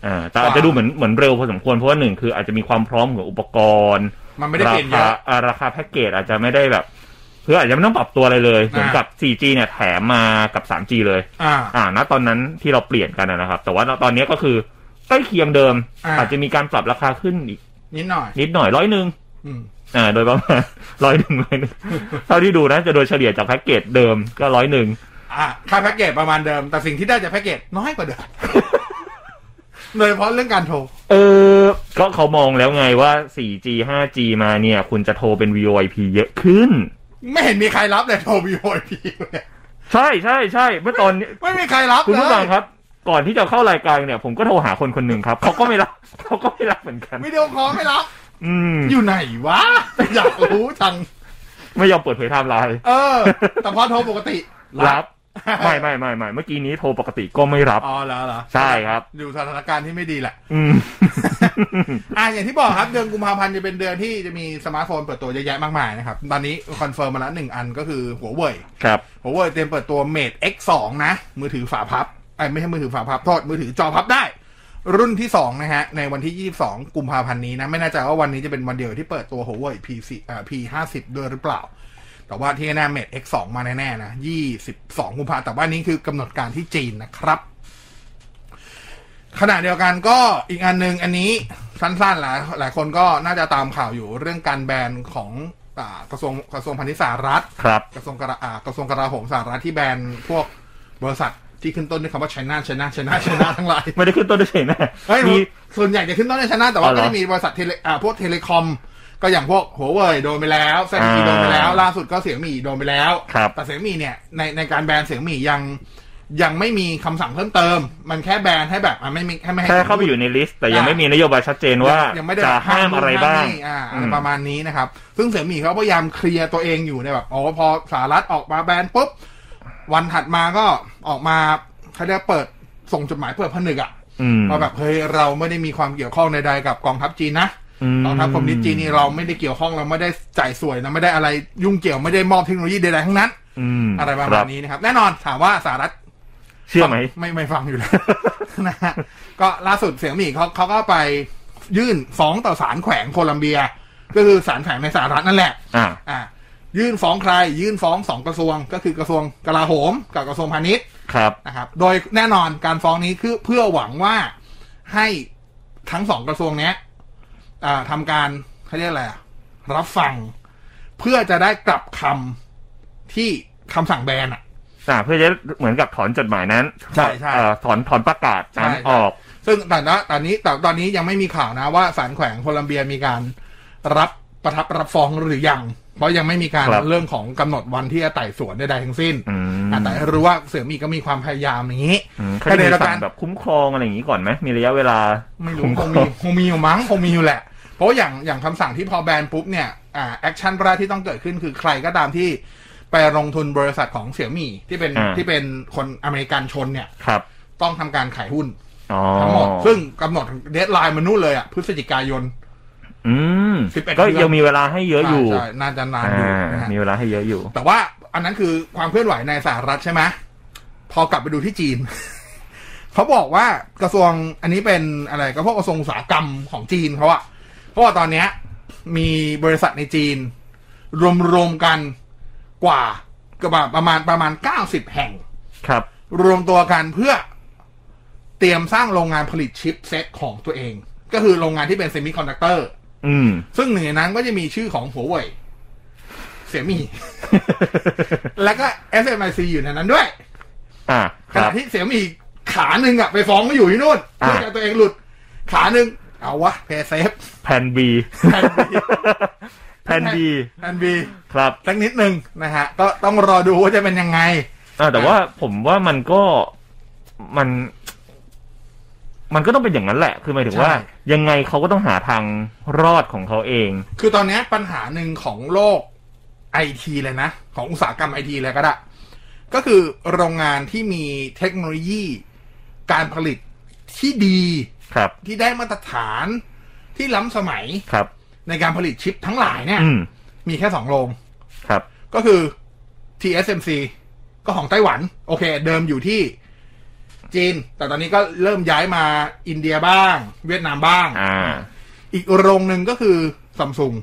S3: อ่าแต่อาจจะดูเหมือนเหมือนเร็วพอสมควรเพราะว่าหนึ่งคืออาจจะมีความพร้อมของอุปกรณ์
S2: มันไม่ได้เปลี่ยนเย
S3: รา
S2: อะ
S3: คาอ่าราคาแพ็กเกจอาจจะไม่ได้แบบคืออาจจะไม่ต้องปรับตัวอะไรเลย เหมือนกับ 4G เนี่ยแถมมากับ 3G เลย
S2: อ่า
S3: อ่าณตอนนั้นที่เราเปลี่ยนกันนะนะครับ แต่ว่าณตอนนี้ก็คือใกล้เคียงเดิม
S2: อ่า
S3: อาจจะมีการปรับราคาขึ้นอีก
S2: นิดหน่อย
S3: นิดหน่อยร้อยหนึ่ง
S2: อืม
S3: อ่าโดยประมาณ <laughs> ร้อยหนึ่งร้อยหนึ่งเท่าที่ดูนะจะโดยเฉลี่ยจากแพ็กเกจเดิมก็ร้อยหนึ่ง
S2: อ่ะค่าแพ็กเกจประมาณเดิม แต่สิ่งที่ได้จากแพ็กเกจน้อยกว่าเดิม
S3: <laughs>
S2: โดยเฉพาะเรื่องการโทร
S3: เออก็เขามองแล้วไงว่า 4G 5G มาเนี่ย คุณจะโทรเป็น VoIP เยอะขึ้น
S2: ไม่เห็นมีใครรับเลยโทรวีโอพีเลย
S3: ใช่ใช่ใช่เมื่อตอนนี้
S2: ไม่มีใครรับ
S3: คุณ
S2: เล
S3: ผู้ฟัง
S2: ย
S3: ครับ ก่อนที่จะเข้ารายการเนี่ย ผมก็โทรหาคนคนหนึ่งครับ เขาก็ไม่รับ <laughs> เขาก็ไม่รับเหมือนกัน
S2: วิดีโอคอลไม่รับ
S3: อืม
S2: <laughs> อยู่ไหนวะ อยากรู้จัง
S3: ไม่ยอมเปิดเผยไทม์ไลน์
S2: เออ แต่พอโทรปกติ
S3: รับไม่ไม่ไม่ไม่เมื่อกี้นี้โทรปกติก็ไม่รับ
S2: อ๋อแล้วเหรอ
S3: ใช่ครับ
S2: ดูสถานการณ์ที่ไม่ดีแหละ
S3: อืม
S2: อ่ะอย่างที่บอกครับเดือนกุมภาพันธ์จะเป็นเดือนที่จะมีสมาร์ทโฟนเปิดตัวเยอะแยะมากมายนะครับ ตอนนี้คอนเฟิร์มมาแล้วหนึ่งอันก็คือหัวเว่ย
S3: ครับ
S2: ผมว่าเตรียมเปิดตัว Mate X2 นะ มือถือฝาพับไอ้ยไม่ใช่มือถือฝาพับโทษมือถือจอพับได้ รุ่นที่ 2 นะฮะ ในวันที่ 22 กุมภาพันธ์นี้นะ ไม่แน่ใจว่าวันนี้จะเป็นวันเดียวที่เปิดตัว Huawei P4 เอ่อ P50 ด้วยหรือเปล่า แต่ว่าที่แน่ Mate X2 มาแน่ๆนะ 22 กุมภาพันธ์แต่ว่านี้คือกำหนดการที่จีนนะครับ ขณะเดียวกันก็อีกอันหนึ่งอันนี้สั้นๆหลายหลายคนก็น่าจะตามข่าวอยู่เรื่องการแบนของอ่ากระทรวงกระทรวงพาณิชย์สหรัฐ
S3: ครับ
S2: กระทรวงกระอ่ากระทรวงกลาโหมสหรัฐที่แบนพวกบริษัทที่ขึ้นต้นด้วยคำว่า China China China China ทั้งหลาย
S3: ไม่ได้ขึ้นต้นด้วยเฉยนะ
S2: เฮ้ย
S3: มี
S2: ส่วนใหญ่จะขึ้นต้นด้วย China แต่ว่า
S3: อ๋อเหร
S2: ก็
S3: อ
S2: ได้มีบริษัทเทเลอ่าพวกเทเลคอม ก็อย่างพวกหัวเว่ยโดนไปแล้วแซนดี
S3: อ่า
S2: โดนไปแล้ว ล่าสุดก็เสียงหมีโดนไปแล้ว
S3: ครับ
S2: แต่เสียงหมีเนี่ยในในการแบนเสียงหมียังยังไม่มีคำสั่งเพิ่มเติม มันแค่แบนให้แบบอ่ะไม่มีให้ไม่ให้
S3: แค่เข้าไปอยู่ในลิสต์ แต่ยังไม่มีนโยบายชัดเจนว่าย
S2: งยังไม่ได้
S3: จะห้ามอะไรบ้าง
S2: ห้มนู่นห้มนี่อ่า
S3: อื
S2: อะไร
S3: ม
S2: ประมาณนี้นะครับ ซึ่งเสือหมีเขาพยายามเคลียร์ตัวเองอยู่ในยแบบอ๋อพอสหรัฐออกมาแบนปุ๊บ วันถัดมาก็ออกมาเขาเรียกเปิดส่งจดหมายเปิดผนึกอะ
S3: อืม
S2: ว่าแบบเฮ้ยเราไม่ได้มีความเกี่ยวข้องใดๆกับกองทัพจีนนะ
S3: อืม
S2: กองทัพคอมมิวนิสต์จีนนี่เราไม่ได้เกี่ยวข้องเราไม่ได้จ่ายสวยนะไม่ได้อะไรยุ่งเกี่ยวไม่ได้มอบเทคโนโลยีใดๆทั้งนั้น
S3: อืม
S2: อะไรประ
S3: ค
S2: มา
S3: รั
S2: ณ
S3: บ
S2: นี้นะครับ แน่นอนถามว่าสหรัฐ
S3: เชื่อไหม
S2: ไม่ไม่ฟัง
S3: <laughs>
S2: อยู่แล้ว นะฮะก็ล่าสุดเสียงหมีเขาเขาก็ไปยื่นฟ้องต่อศาลแขวงโคลัมเบีย ก็คือศาลแขวงในสหรัฐนั่นแหละ
S3: อ่า
S2: อ่า ยื่นฟ้องใคร ยื่นฟ้องสองกระทรวง ก็คือกระทรวงกลาโหม กับกระทรวงพาณิชย์
S3: ครับ
S2: นะครับ โดยแน่นอนการฟ้องนี้คือเพื่อหวังว่าให้ทั้งสองกระทรวงเนี้ยอ่าทำการเขาเรียกอะไรอะรับฟัง เพื่อจะได้กลับคำที่คำสั่งแบนอะ
S3: อ่า เพื่อจะเหมือนกับถอนจดหมายนั้น
S2: ใช่ใช่
S3: เอ่อถอนถอนประกาศนั้น
S2: ใช่ใช่
S3: ออก
S2: ซึ่งแต่ละตอนนี้แต่ตอนนี้ยังไม่มีข่าวนะว่าศาลแขวงโคลัมเบียมีการรับประทับรับฟ้องหรือยัง เพราะยังไม่มีการ
S3: ครับ
S2: เรื่องของกำหนดวันที่จะไต่สวนใดๆทั้งสิ้น
S3: อืม
S2: แต่รู้ว่าเสือหมีก็มีความพยายามอย่างนี้
S3: อืมเขา
S2: แต่
S3: จะ
S2: ใน
S3: มี
S2: ละ
S3: สั่
S2: กั
S3: ง
S2: น
S3: แบบคุ้มครองอะไรอย่างนี้ก่อนไหมมีระยะเวลา
S2: ไม่รู้
S3: คุ้ม
S2: ค
S3: ครง อ
S2: มี
S3: ง
S2: คงมีอยู่มั้งคงมีอยู่แหละ เพราะอย่างอย่างคำสั่งที่พอแบนปุ๊บเนี่ยอ่าแอคชั่นแรกที่ต้องเกิดขึ้นคือใครก็ตามที่ไปลงทุนบริษัทของเสี่ยหมี่ที่เป็น
S3: อ่า
S2: ที่เป็นคนอเมริกันชนเนี่ย
S3: ครับ
S2: ต้องทำการขายหุ้น
S3: อ๋อ
S2: ทั้งหมด ซึ่งกำหนดเดทไลน์มันนู่นเลยอ่ะพฤศจิกายน
S3: อืม
S2: 11
S3: ก็
S2: เดือน
S3: ยังมีเวลาให้เยอะอยู่
S2: ใช่ใช่น่าจะนานอ
S3: อ่า
S2: ยู่นะฮะ
S3: มีเวลาให้เยอะอยู่
S2: แต่ว่าอันนั้นคือความเคลื่อนไหวในสหรัฐใช่ไหมพอกลับไปดูที่จีน <laughs> เขาบอกว่ากระทรวงอันนี้เป็นอะไรก็พวกกระทรวงอุตสาหกรรมของจีนเขาอะเพราะว่าตอนเนี้ย มีบริษัทในจีน รวมๆกันกว่าประมาณประมาณเก้าสิบแห่ง
S3: ครับ
S2: รวมตัวกันเพื่อเตรียมสร้างโรงงานผลิตชิปเซ็ตของตัวเอง ก็คือโรงงานที่เป็นเซมิคอนดักเตอร์
S3: อื
S2: <laughs>
S3: ม
S2: ซึ่งหนึ่งในนั้นก็จะมีชื่อของหัวเว่ยเสียมี แล้วก็ SMIC อยู่ในนั้นด้วย
S3: อ่า
S2: ข
S3: ครั
S2: ณะ
S3: บ
S2: ที่เสียมีอีกขาหนึ่งอะไปฟ้องก็อยู่ที่นู่น
S3: อ่า
S2: เพื่อจะตัวเองหลุด ขาหนึ่งเอาวะเพย์เซฟ
S3: แผ่น B
S2: แผ่น B
S3: แผ่น B
S2: แอนบี
S3: ครับ
S2: สักนิดหนึ่งนะฮะ ก็ต้องรอดูว่าจะเป็นยังไง
S3: อ่าแต่ว่าผมว่ามันก็มัน มันก็ต้องเป็นอย่างนั้นแหละ คือหมายถึงว่า
S2: ใช่
S3: ยังไงเขาก็ต้องหาทางรอดของเขาเอง
S2: คือตอนเนี้ยปัญหาหนึ่งของโลกไอทีเลยนะ ของอุตสาหกรรมไอทีเลยก็ได้ ก็คือโรงงานที่มีเทคโนโลยีการผลิตที่ดี
S3: ครับ
S2: ที่ได้มาตรฐานที่ล้ำสมัย
S3: ครับ
S2: ในการผลิตชิปทั้งหลายเนี่ย
S3: อืม
S2: มีแค่สองโรง
S3: ครับ
S2: ก็คือ TSMC ก็ของไต้หวัน โอเค เดิมอยู่ที่จีน แต่ตอนนี้ก็เริ่มย้ายมาอินเดียบ้าง เวียดนามบ้าง
S3: อ่า
S2: อีกโรงหนึ่งก็คือซัมซุง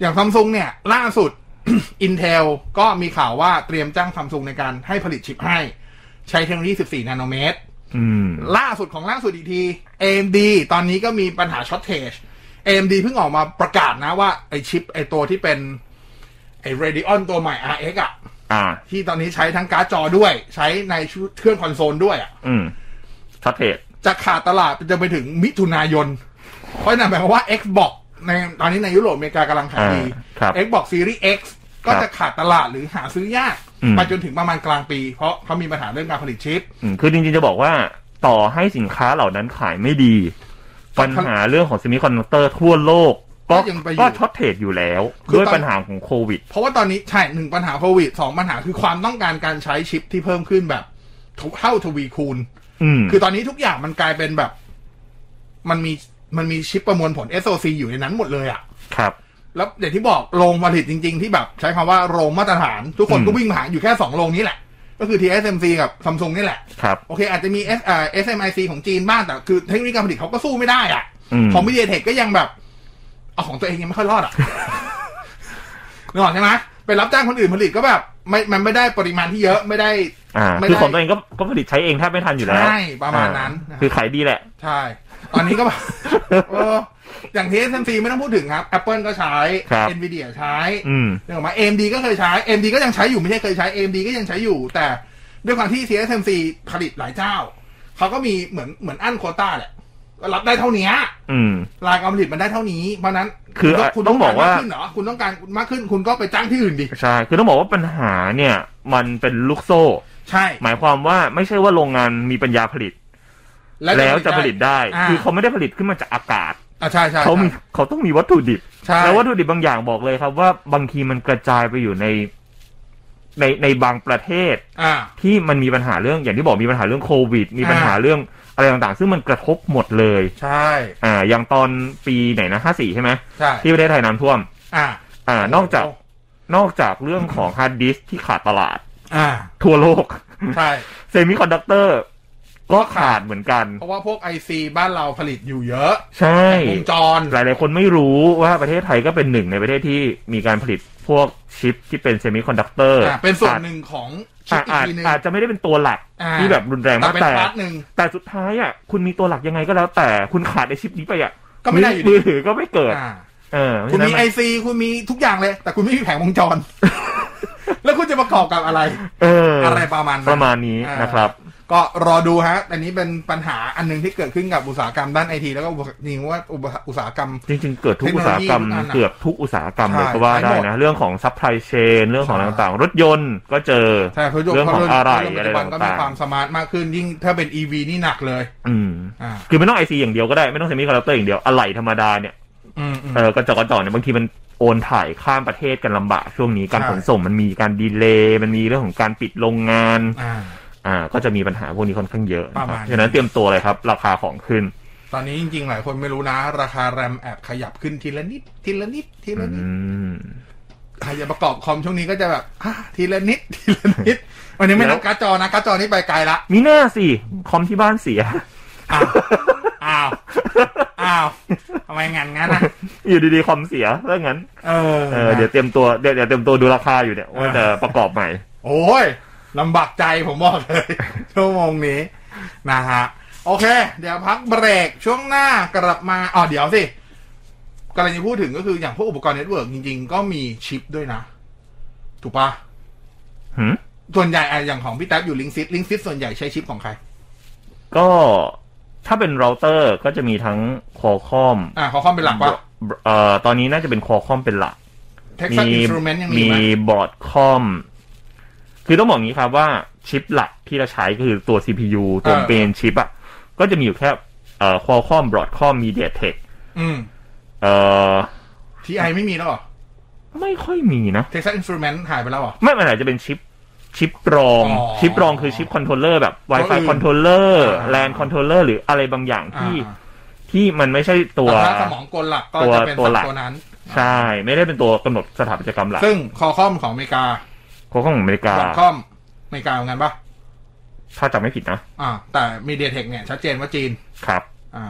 S2: อย่างซัมซุงเนี่ย ล่าสุด <coughs> Intel ก็มีข่าวว่าเตรียมจ้างซัมซุงในการให้ผลิตชิปให้ ใช้เทคโนโลยี 14 นาโนเมตร
S3: อืม
S2: ล่าสุดของล่าสุดอีกที AMD ตอนนี้ก็มีปัญหาช็อตเทจ AMD เพิ่งออกมาประกาศนะว่า ไอชิป ไอตัวที่เป็น ไอ Radeon ตัวใหม่ RX อะ
S3: อ่า
S2: ที่ตอนนี้ใช้ทั้งการ์ดจอด้วย ใช้ในชุดเครื่องคอนโซลด้วยอะ
S3: อืมชัดเจน
S2: จะขาดตลาดจะไปถึงมิถุนายน เพราะนั่นหมายความว่า Xbox ในตอนนี้ในยุโรปอเมริกากำลังขาย
S3: อ่า
S2: ดี
S3: ครับ
S2: Xbox Series X ก็
S3: ครับ
S2: จะขาดตลาดหรือหาซื้อยาก
S3: อืม
S2: ไปจนถึงประมาณกลางปี เพราะเขามีปัญหาเรื่องการผลิตชิป
S3: อืมคือจริงๆจะบอกว่าต่อให้สินค้าเหล่านั้นขายไม่ดี ปัญหาเรื่องของ s ิมิคอนดักเตอร์ทั่วโลก ก็
S2: ก็ยังไปอยู่
S3: ก็ช็อตเทรดอยู่แล้ว
S2: คือ
S3: ด้วย
S2: ตอน
S3: ปัญหาของโควิด
S2: เพราะว่าตอนนี้ใช่หนึ่งปัญหาโควิดสองปัญหาคือความต้องการการใช้ชิปที่เพิ่มขึ้นแบบเท่าทวีคูณ
S3: อืม
S2: คือตอนนี้ทุกอย่างมันกลายเป็นแบบ มันมีมันมีชิปประมวลผล SOC อยู่ในนั้นหมดเลยอะ
S3: ครับ
S2: แล้วอย่างที่บอกโรงผลิตจริง ๆ ที่แบบใช้คำว่าโรงมาตรฐาน ทุกคนก็วิ่งมาหาอยู่แค่ 2 โรงนี้แหละ ก็คือ TSMC กับซัมซุงนี่แหละ
S3: ครับ
S2: โอเค อาจจะมี S เอ่อ SMIC ของจีนบ้างแต่คือเทคโนโลยีการผลิตเขาก็สู้ไม่ได้อ่ะ
S3: อืม
S2: ของมิเดียเทคก็ยังแบบเอาของตัวเองยังไม่ค่อยรอด
S3: <laughs>
S2: อ่ะ นึกออกใช่ไหมไปรับจ้างคนอื่นผลิตก็แบบ ไม่มันไม่ได้ปริมาณที่เยอะไม่ได้
S3: อ่า
S2: ไม่
S3: คือ
S2: ได้
S3: ของตัวเองก็ก็ผลิตใช้เองแทบไม่ทันอยู่แล้ว
S2: ใช่ประมาณนั้น
S3: อ่
S2: นะครับ
S3: คือขายดีแหละ
S2: ใช่ ตอนนี้
S3: <laughs>
S2: ก็แบบ เอออย่าง TSMC ไม่ต้องพูดถึงครับ Apple ก็ใช้
S3: ครับ
S2: Nvidia ใช้
S3: อืม
S2: เรื่องออกมา AMD ก็เคยใช้ AMD ก็ยังใช้อยู่ไม่ใช่เคยใช้ AMD ก็ยังใช้อยู่ แต่ด้วยความที่ TSMC ผลิตหลายเจ้า เขาก็มีเหมือนเหมือนอั้นโควต้าแหละก็รับได้เท่านี้
S3: อืม
S2: รายการผลิตมันได้เท่านี้ เพราะนั้น
S3: คืออ่ะ
S2: คุณ
S3: ต้องบอกว่า
S2: มขึ้นเหรอคุณต้องการมากขึ้น คุณก็ไปจ้างที่อื่นดิ
S3: ใช่ คือต้องบอกว่าปัญหาเนี่ย มันเป็นลูกโซ่
S2: ใช่
S3: หมายความว่าไม่ใช่ว่าโรงงานมีปัญญาผลิต แล้วจะผลิตได้
S2: า
S3: คือเขาไม่ได้ผลิตขึ้นมาจากอากาศ
S2: อ่ะใช่ใช่
S3: เขามีเขาต้องมีวัตถุดิบ
S2: ใช่
S3: แล้ววัตถุดิบบางอย่างบอกเลยครับว่าบางทีมันกระจายไปอยู่ใน ในในบางประเทศ
S2: อ่า
S3: ที่มันมีปัญหาเรื่องอย่างที่บอกมีปัญหาเรื่องโควิด มีปัญหา
S2: อ่า
S3: เรื่องอะไรต่างๆ ซึ่งมันกระทบหมดเลย
S2: ใช่
S3: อ่า อย่างตอนปีไหนนะห้าสี่ใช่ไหม
S2: ใช่
S3: ที่ประเทศไทยน้ำท่วม
S2: อ่า
S3: อ่า นอกจากนอกจากเรื่องของฮาร์ดดิสก์ที่ขาดตลาด
S2: อ่า
S3: ทั่วโลก <laughs>
S2: ใช่
S3: เซมิคอนดักเตอร์ก็ขาดเหมือนกัน
S2: เพราะว่าพวกไอซีบ้านเราผลิตอยู่เยอะ
S3: ใช่
S2: วงจร
S3: หลายๆ คนไม่รู้ว่าประเทศไทยก็เป็นหนึ่งในประเทศที่มีการผลิตพวกชิปที่เป็นเซมิคอนดักเตอร์
S2: อ่ะเป็นส่วนหนึ่งของชิ
S3: อา
S2: ป
S3: จ
S2: อีก
S3: อาจ
S2: ทีหนึ่ง
S3: อาจจะไม่ได้เป็นตัวหลัก
S2: อ่า
S3: ที่แบบรุนแรง
S2: แต่
S3: มาก
S2: เป็น
S3: แต่
S2: พาร์ทหนึ่ง
S3: แต่สุดท้ายอ่ะคุณมีตัวหลักยังไงก็แล้วแต่คุณขาดไอชิปนี้ไปอ่ะ
S2: ก็ไม่ได้อยู่ดี
S3: มือถือก็ไม่เกิด
S2: อ่า
S3: เออเพราะ
S2: คุณ
S3: ฉะนั้น
S2: มีไอซีคุณมีทุกอย่างเลย แต่คุณไม่มีแผงวงจ
S3: <laughs>
S2: ร แล้วคุณจะประกอบกับอะไร
S3: เอออ
S2: อะไรประมาณนั้น
S3: ประมาณนี้นะครับ
S2: ก็รอดูฮะ อันนี้เป็นปัญหาอันหนึงที่เกิดขึ้นกับอุตสาหกรรมด้านไอทีแล้วก็อุปจริงว่าอุปอุตสาหกรรม
S3: จริง ๆ เกิดทุกอุตสาหกรรม
S2: เทคโนโลยีทุกอันอะ
S3: เกือบทุกอุตสาหกรรม
S2: ใช่
S3: เลยก็ว่าได้
S2: ใช่หม
S3: นะ
S2: ด
S3: เรื่องของซัพพลายเชนเรื่องของ
S2: ใช่
S3: ต่างๆ รถยนต์ก็เจอ
S2: ใช่เพราะยก
S3: เรื่องของอะไร
S2: เพา
S3: อะ
S2: ปัจ
S3: ไร
S2: จุบันก็มี
S3: ต่าง
S2: ความสมาร์ทมากขึ้นยิ่งถ้าเป็น EV นี่หนักเลย
S3: ๆอืม
S2: อ่า
S3: คือไม่ต้องไอซีอย่างเดียวก็ได้ไม่ต้องเซมิคอนดักเตอร์อย่างเดียวอะไหล่ธรรมดาเนี่ย
S2: อืมอืม
S3: เออกระจอกกระจอกเนี่ยบางทีมันโอนถ่ายข้ามประเทศกันลำบากช่วงนี้การ
S2: ใช่
S3: ขนส่งมันมีการดีเลย์มันมีเรื่องของการปิดโรงงาน
S2: อ่า
S3: อ่า ก็จะมีปัญหาพวกนี้ค่อนข้างเยอะ
S2: ประ
S3: ค
S2: มา
S3: รั
S2: ณ
S3: บ
S2: นี้
S3: ฉะนั้นเตรียมตัวเลยครับ ราคาของขึ้น
S2: ตอนนี้จริงๆ หลายคนไม่รู้นะ ราคาแรมแอบขยับขึ้นทีละนิด ทีละนิด ทีละนิด
S3: อืม
S2: ใครจะประกอบคอมช่วงนี้ก็จะแบบอ่ะทีละนิด <laughs> ทีละนิด วันนี้ไม่นับการ์ดจอนะการ์ดจอนี่ไปไกลละ
S3: มีหน้าสิ คอมที่บ้านเสีย <laughs>
S2: อ้าว <laughs> อ้าวอ้าวทำไมงั้นงั้นนะ
S3: อยู่ดีๆคอมเสียถ้างั้น
S2: เออ
S3: เออเดี๋ยวเตรียมตัวเดี๋ยวเดี๋ยวเตรียมตัวดูราคาอยู่เนี่ยว่าจะประกอบใหม่
S2: โอ้ยลำบากใจผมบอกเลย <laughs> ชั่วโมงนี้นะฮะโอเค เดี๋ยวพักเบรกช่วงหน้ากลับมาอ๋อเดี๋ยวสิกำลังจะพูดถึงก็คืออย่างพวกอุปกรณ์เน็ตเวิร์กจริงๆ ก็มีชิปด้วยนะ ถูกปะ
S3: หืม
S2: ส่วนใหญ่อะอย่างของพี่แท็บอยู่ลิงซิตลิงซิตส่วนใหญ่ใช้ชิปของใคร
S3: ก็ถ้าเป็นเราเตอร์ก็จะมีทั้งคอคอม
S2: อ่าขอคอมเป็นหลักปะ
S3: เอ่อตอนนี้น่าจะเป็นคอคอมเป็นหลัก
S2: เท็กซัสอินสตูเมนต์ยังมี
S3: มี
S2: ไหม
S3: บอร์ดคอม คือต้องบอกอย่างนี้ครับว่าชิปหลักที่เราใช้ก็คือตัว CPU ตัวเป็นชิปอ่ะ ก็จะมีอยู่แค่เอ่อคอคอมบรอดคอมมีเดียเทค
S2: อืม
S3: เอ่อ
S2: ทีไอไม่มีแล้วเหรอ
S3: ไม่ค่อยมีนะ
S2: เท็กซัสอินสตูเมนต์หายไปแล้วเหรอ
S3: ไม่มันอาจจะเป็นชิป ชิปรอง
S2: อ๋อ
S3: ชิปรองคือชิปคอนโทรลเลอร์แบบ
S2: ตัวอื่
S3: Wi-Fi
S2: น
S3: คอนโทรลเลอร์
S2: อ่า
S3: แลนคอนโทรลเลอร์หรืออะไรบางอย่าง
S2: อ่า
S3: ที่ที่มันไม่ใช่ตัว
S2: แต่ถ้าสมองกลหลักก็
S3: ตัว
S2: จะเป็น
S3: ตัวหลัก
S2: ตัวนั้น
S3: ใช่ ไม่ได้เป็นตัวกำหนดสถาปัตยกรรมหลัก
S2: ซึ่งคอคอมของอเมริกา
S3: คอคอมของอเมริกา
S2: ดอทคอมอเมริกาเหมือนกันปะ
S3: ถ้าจำไม่ผิดนะ
S2: อ่า แต่มีเดียเทคเนี่ยชัดเจนว่าจีน
S3: ครับ
S2: อ่า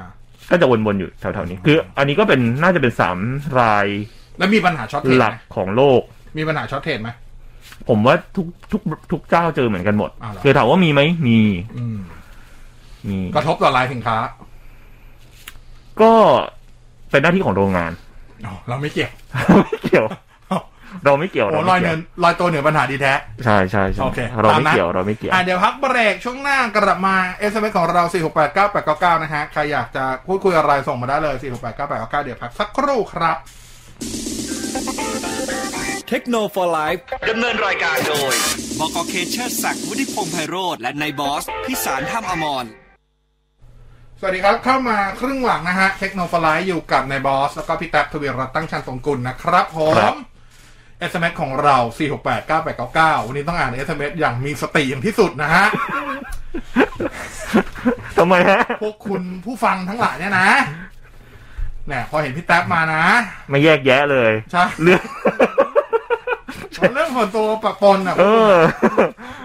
S3: ก็จะวนๆอยู่แถวๆนี้ คืออันนี้ก็เป็นน่าจะเป็นสามราย
S2: แล้วมีปัญหาช็อตเทรด
S3: ห
S2: ไห
S3: ลัก
S2: ม
S3: ของโลก
S2: มีปัญหาช็อตเทรดไหม
S3: ผมว่าทุกทุกทุกเจ้าเจอเหมือนกันหมด
S2: อ้าวเหรอ
S3: คือถามว่ามีไหมมี
S2: อืม
S3: มี
S2: กระทบต่อรายสินค้า
S3: ก็เป็นหน้าที่ของโรงงาน <laughs>
S2: อ๋อเราไม่เกี่ยว
S3: ไม่เกี่
S2: <laughs>
S3: ยว เราไม่เกี่ยว
S2: โอ้
S3: เรา
S2: ล
S3: ไม่
S2: อยเหนื
S3: เกี่
S2: อ
S3: ยว
S2: ลอยตัวเหนือปัญหาดีแท้
S3: ใช่ใช่ใช่
S2: โอเค
S3: เรา
S2: ตาม
S3: ไม่
S2: นั้น
S3: เกี่ยวเราไม่เกี่ยว
S2: อ่ะเดี๋ยวพักเบรกช่วงหน้ากลับมา SMS ของเรา 4689899 นะฮะ ใครอยากจะพูดคุยอะไรส่งมาได้เลย 4689899 เดี๋ยวพักสักครู่ครับ
S1: เทคโนโลยีดำเนินรายการโดย บกเคเชอร์ศักดิ์วุฒิพงษ์ไพโรธและนายบอส พิสารท่ามอมร
S2: สวัสดีครับ เข้ามาครึ่งหลังนะฮะ เทคโนโลยีอยู่กับนายบอส แล้วก็พี่แท็บทวีรัตน์ตั้งชันทรงกุลนะครับผม SMS ของเรา 4689899 วันนี้ต้องอ่าน SMS อย่างมีสติอย่างที่สุดนะฮ <laughs> ะ
S3: ทำไมฮะ
S2: พวกคุณผู้ฟังทั้งหลายเนี่ยนะเนี่ยพอเห็นพี่แท็บมานะ
S3: ไม่แยกแยะเลย
S2: ใช่
S3: เรื่อง
S2: เรื่องส่วนตัวปะปนอ่ะ
S3: เออ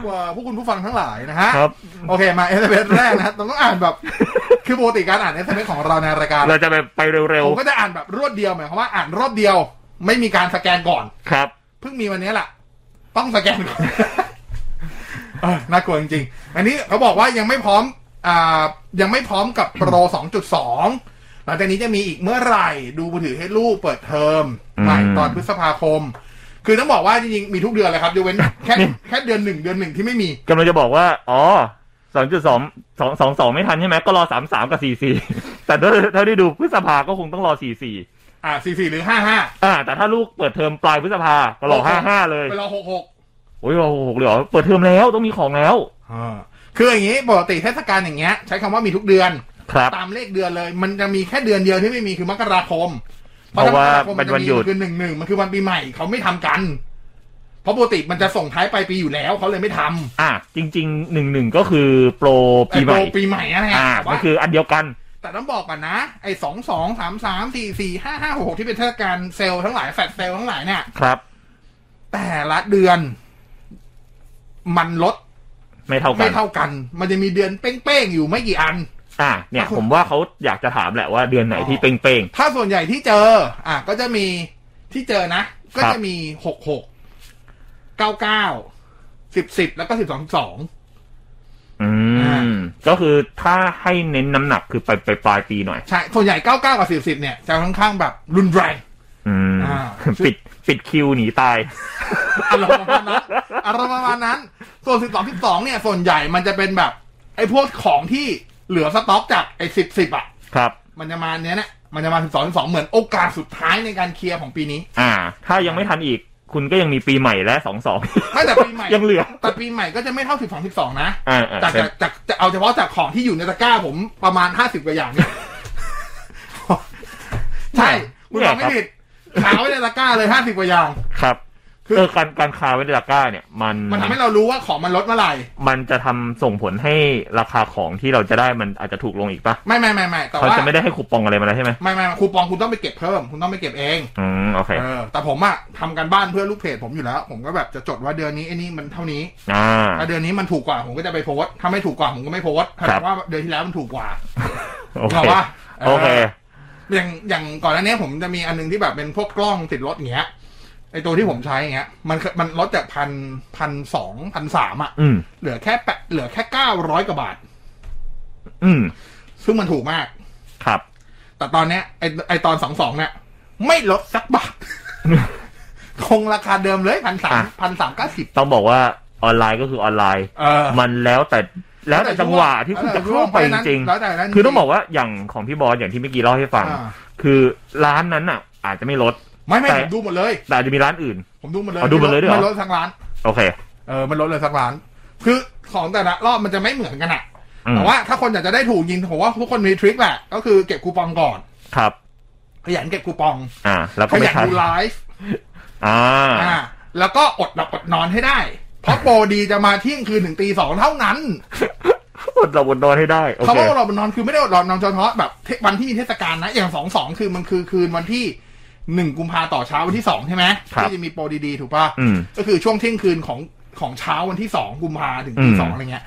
S2: กว่าผู้คุณผู้ฟังทั้งหลายนะฮะ
S3: ครับ
S2: โอเคมาเอสเอสแรกนะต้องอ่านแบบ <laughs> คือปกติการอ่านเอสเอสของเราในรายการ
S3: เราจะไปไปเร็ว
S2: ผมก็จะอ่านแบบรวดเดียวหมายความว่าอ่านรวดเดียว ไม่มีการสแกนก่อน
S3: ๆครับ
S2: เพิ่งมีวันนี้แหละต้องสแกนก่ <laughs> อนเออน่ากลัวจริงๆ อันนี้เขาบอกว่ายังไม่พร้อมอ่ายังไม่พร้อมกับโปร 2.2 หลังจากนี้จะมีอีกเมื่อไหร่ดูมือถือให้ลูกเปิดเทอมใหม่
S3: อืม
S2: ตอนพฤษภาคม คือต้องบอกว่าจริงๆมีทุกเดือนเลยครับยกเว้
S3: <laughs>
S2: นแค่แค่เดือนหนึ่งเดือนหนึ่งที่ไม่มี
S3: กำลังจะบอกว่า อ๋อสองจุดสองสองสองสองไม่ทันใช่ไหม ก็รอสามสามกับสี่ <laughs> สี่ แต่ถ้าถ้าได้ดูพฤษภาก็คงต้องรอสี่สี่
S2: อ่าสี่สี่หรือห้าห้า
S3: อ่า แต่ถ้าลูกเปิดเทอมปลายพฤษภาก็รอห้าห้าเลย
S2: ไปรอหกหก
S3: โอ้ยรอหกเลยเหรอ เปิดเทอมแล้วต้องมีของแล้ว
S2: คืออย่างนี้ปกติเทศกาลอย่างเงี้ย ใช้คำว่ามีทุกเดือน
S3: ครับ
S2: ตามเลขเดือนเลย มันจะมีแค่เดือนเดียวที่ไม่มีคือมกราคม
S3: เพราะว่าม
S2: กค
S3: เป็นวันหยุด
S2: คือหนึ่งหนึ่งมันคือวันปีใหม่เขาไม่ทำกัน เพราะปกติมันจะส่งท้ายปลายปีอยู่แล้วเขาเลยไม่ท
S3: อ่ะจริงๆหนึ่งหนึ่งก็คือโปร
S2: ำ
S3: ปีใหม่
S2: ไอ้โปรปีใหม่นะฮะ
S3: อ่า
S2: แต่
S3: ก็
S2: ว่า
S3: คืออันเดียวกัน
S2: แต่ต้องบอกก่อนนะ ไอ้สองสองสามสามสี่สี่ห้าห้าหกที่เป็นเทศกาลเซลล์ทั้งหลายแฟลตเซลล์ทั้งหลายเนี่ย
S3: ครับ
S2: แต่ละเดือน มันลด
S3: ไม่เท่ากั
S2: ไม่
S3: น
S2: เท่ากัน มันจะมีเดือนเป้งๆอยู่ไม่กี่อัน
S3: อ่ะเนี่ย ผมว่าเขาอยากจะถามแหละว่าเดือนไหนที่เป้ง
S2: ถ้าส่วนใหญ่ที่เจอ อ่ะก็จะมีที่เจอนะ ก็
S3: ครับ
S2: จะมีหกหกเก้าเก้าสิบสิบแล้วก็สิบสองสอง
S3: ๆอื
S2: อ่า
S3: ม ก็คือถ้าให้เน้นน้ำหนักคือไปไปปลายปีหน่อย
S2: ใช่ส่วนใหญ่เก้าเก้ากับสิบสิบเนี่ยจะค่อนข้างแบบรุนแรง
S3: อืม
S2: อ่า
S3: ปิดปิดคิวหนีตาย
S2: อารมณ์ประมาณนั้นอารมณ์ประมาณนั้น ส่วนสิบสองสิบสองเนี่ย ส่วนใหญ่มันจะเป็นแบบ ไอ้พวกของที่เหลือสต็อกจากไอ้สิบสิบอ่ะ
S3: ครับ
S2: มันจะมาเนี้ยนะมันจะมาสิบสองสองเหมือนโอกาสสุดท้ายในการเคลียร์ของปีนี้
S3: อ่า ถ้ายังไม่ทันอีก คุณก็ยังมีปีใหม่และสองสอง
S2: ไม่แต่ปีใหม่
S3: <laughs> ยังเหลือ
S2: แต่ปีใหม่ก็จะไม่เท่าสิบสองสิบสองนะ
S3: อ่าอ่า
S2: จาก
S3: ใช่
S2: จากจากจะเอาเฉพาะจากของที่อยู่ในตะกร้าผมประมาณห้าสิบกว่าอย่าง
S3: <laughs>
S2: เนี่ย ใช่ คุณฟังไม่ผิดขาวไว้ในตะกร้าเลยห้าสิบกว่าอย่าง
S3: ครับ
S2: คือ
S3: เออการการคาไว้ในตะกร้าเนี่ย มัน
S2: มันทำให้เรารู้ว่าของมันลดเมื่อไหร่
S3: มันจะทำส่งผลให้ราคาของที่เราจะได้มันอาจจะถูกลงอีกปะ
S2: ไม่ไม่ไม่ไม่แต่
S3: เขา
S2: ว่า
S3: จะไม่ได้ให้คูปองอะไรมาแล้วใช่ไหม
S2: ไม่ไม่คูปองคุณต้องไปเก็บเพิ่ม คุณต้องไปเก็บเอง
S3: อืมโอเค
S2: เออ แต่ผมอะทำการบ้านเพื่อลูกเพจผมอยู่แล้ว ผมก็แบบจะจดว่าเดือนนี้ไอ้นี่มันเท่านี้
S3: อ่า
S2: ถ้าเดือนนี้มันถูกกว่าผมก็จะไปโพสต์ถ้าไม่ถูกกว่าผมก็ไม่โพสต์แสดงว่าเดือนที่แล้วมันถูกกว่า
S3: โอเค
S2: เราว่า
S3: โอเค
S2: อย่างอย่างก่อนหน้านี้ผมจะมีอันนึงที่แบบเป็นพวกกล้องติดรถอย่างเงี้ยไอตัวที่ผมใช้อย่างเงี้ย มันมันลดจากพันพันสองพันสามอ่ะ
S3: อืม
S2: เหลือแค่แปะเหลือแค่เก้าร้อยกว่าบาท
S3: อืม
S2: ซึ่งมันถูกมาก
S3: ครับ
S2: แต่ตอนเนี้ยไอไอตอนสองสองเนี่ยไม่ลดสักบาท <laughs> คงราคาเดิมเลยพันสาม
S3: อ่ะ
S2: พันสามเก้าสิบ
S3: ต้องบอกว่าออนไลน์ก็คือออนไลน์
S2: เออ
S3: มันแล้วแต่แล้วแต่จังหวะที่คุณจะเข้าไปจริง
S2: แล้วแต่นั้น
S3: ๆคือต้องบอกว่าอย่างของพี่บอสอย่างที่เมื่อกี้เล่าให้ฟัง
S2: อ่า
S3: คือร้านนั้นอ่ะ อาจจะไม่ลด
S2: ไม่ไม่
S3: แต่
S2: ผมดูหมดเลย
S3: แต่อาจจะมีร้านอื่น
S2: ผมดูหมดเลย
S3: อ๋อดูหมดเลยด้วยเหรอ
S2: ไม่ลดทั้งร้าน
S3: โอเค
S2: เออ มันลดเลยสักล้าน คือของแต่ละรอบมันจะไม่เหมือนกันอะ
S3: อืม
S2: แต่ว่าถ้าคนอยากจะได้ถูกยิงผมว่าทุกคนมีทริคแหละ ก็คือเก็บคูปองก่อน
S3: ครับ
S2: ขยันเก็บคูปอง
S3: อ่า แล้ว
S2: ข
S3: ก็ไม่
S2: ยัน
S3: ทัน
S2: ดูไลฟ์
S3: อ่า
S2: อ่า แล้วก็อดหลับอดนอนให้ได้ เพราะโปรดีจะมาเที่ยงคืนถึงตีสองเท่านั้น
S3: อดหลับอดนอนให้ได้ โอ
S2: เขา
S3: เค
S2: ว่าอดหลับอดนอนคือไม่ได้อดหลับนอนเฉพาะแบบเทวันที่มีเทศกาลนะ อย่างสองสองคือมันคือคืนวันที่หนึ่งกุมภาต่อเช้าวันที่สองใช่ไหม
S3: ครับ
S2: ที่จะมีโปรดีๆถูกป่ะ
S3: อืม
S2: ก็คือช่วงเที่ยงคืนของของเช้าวันที่สองกุมภาถึงตี
S3: อืม
S2: สองอะไรเงี้ย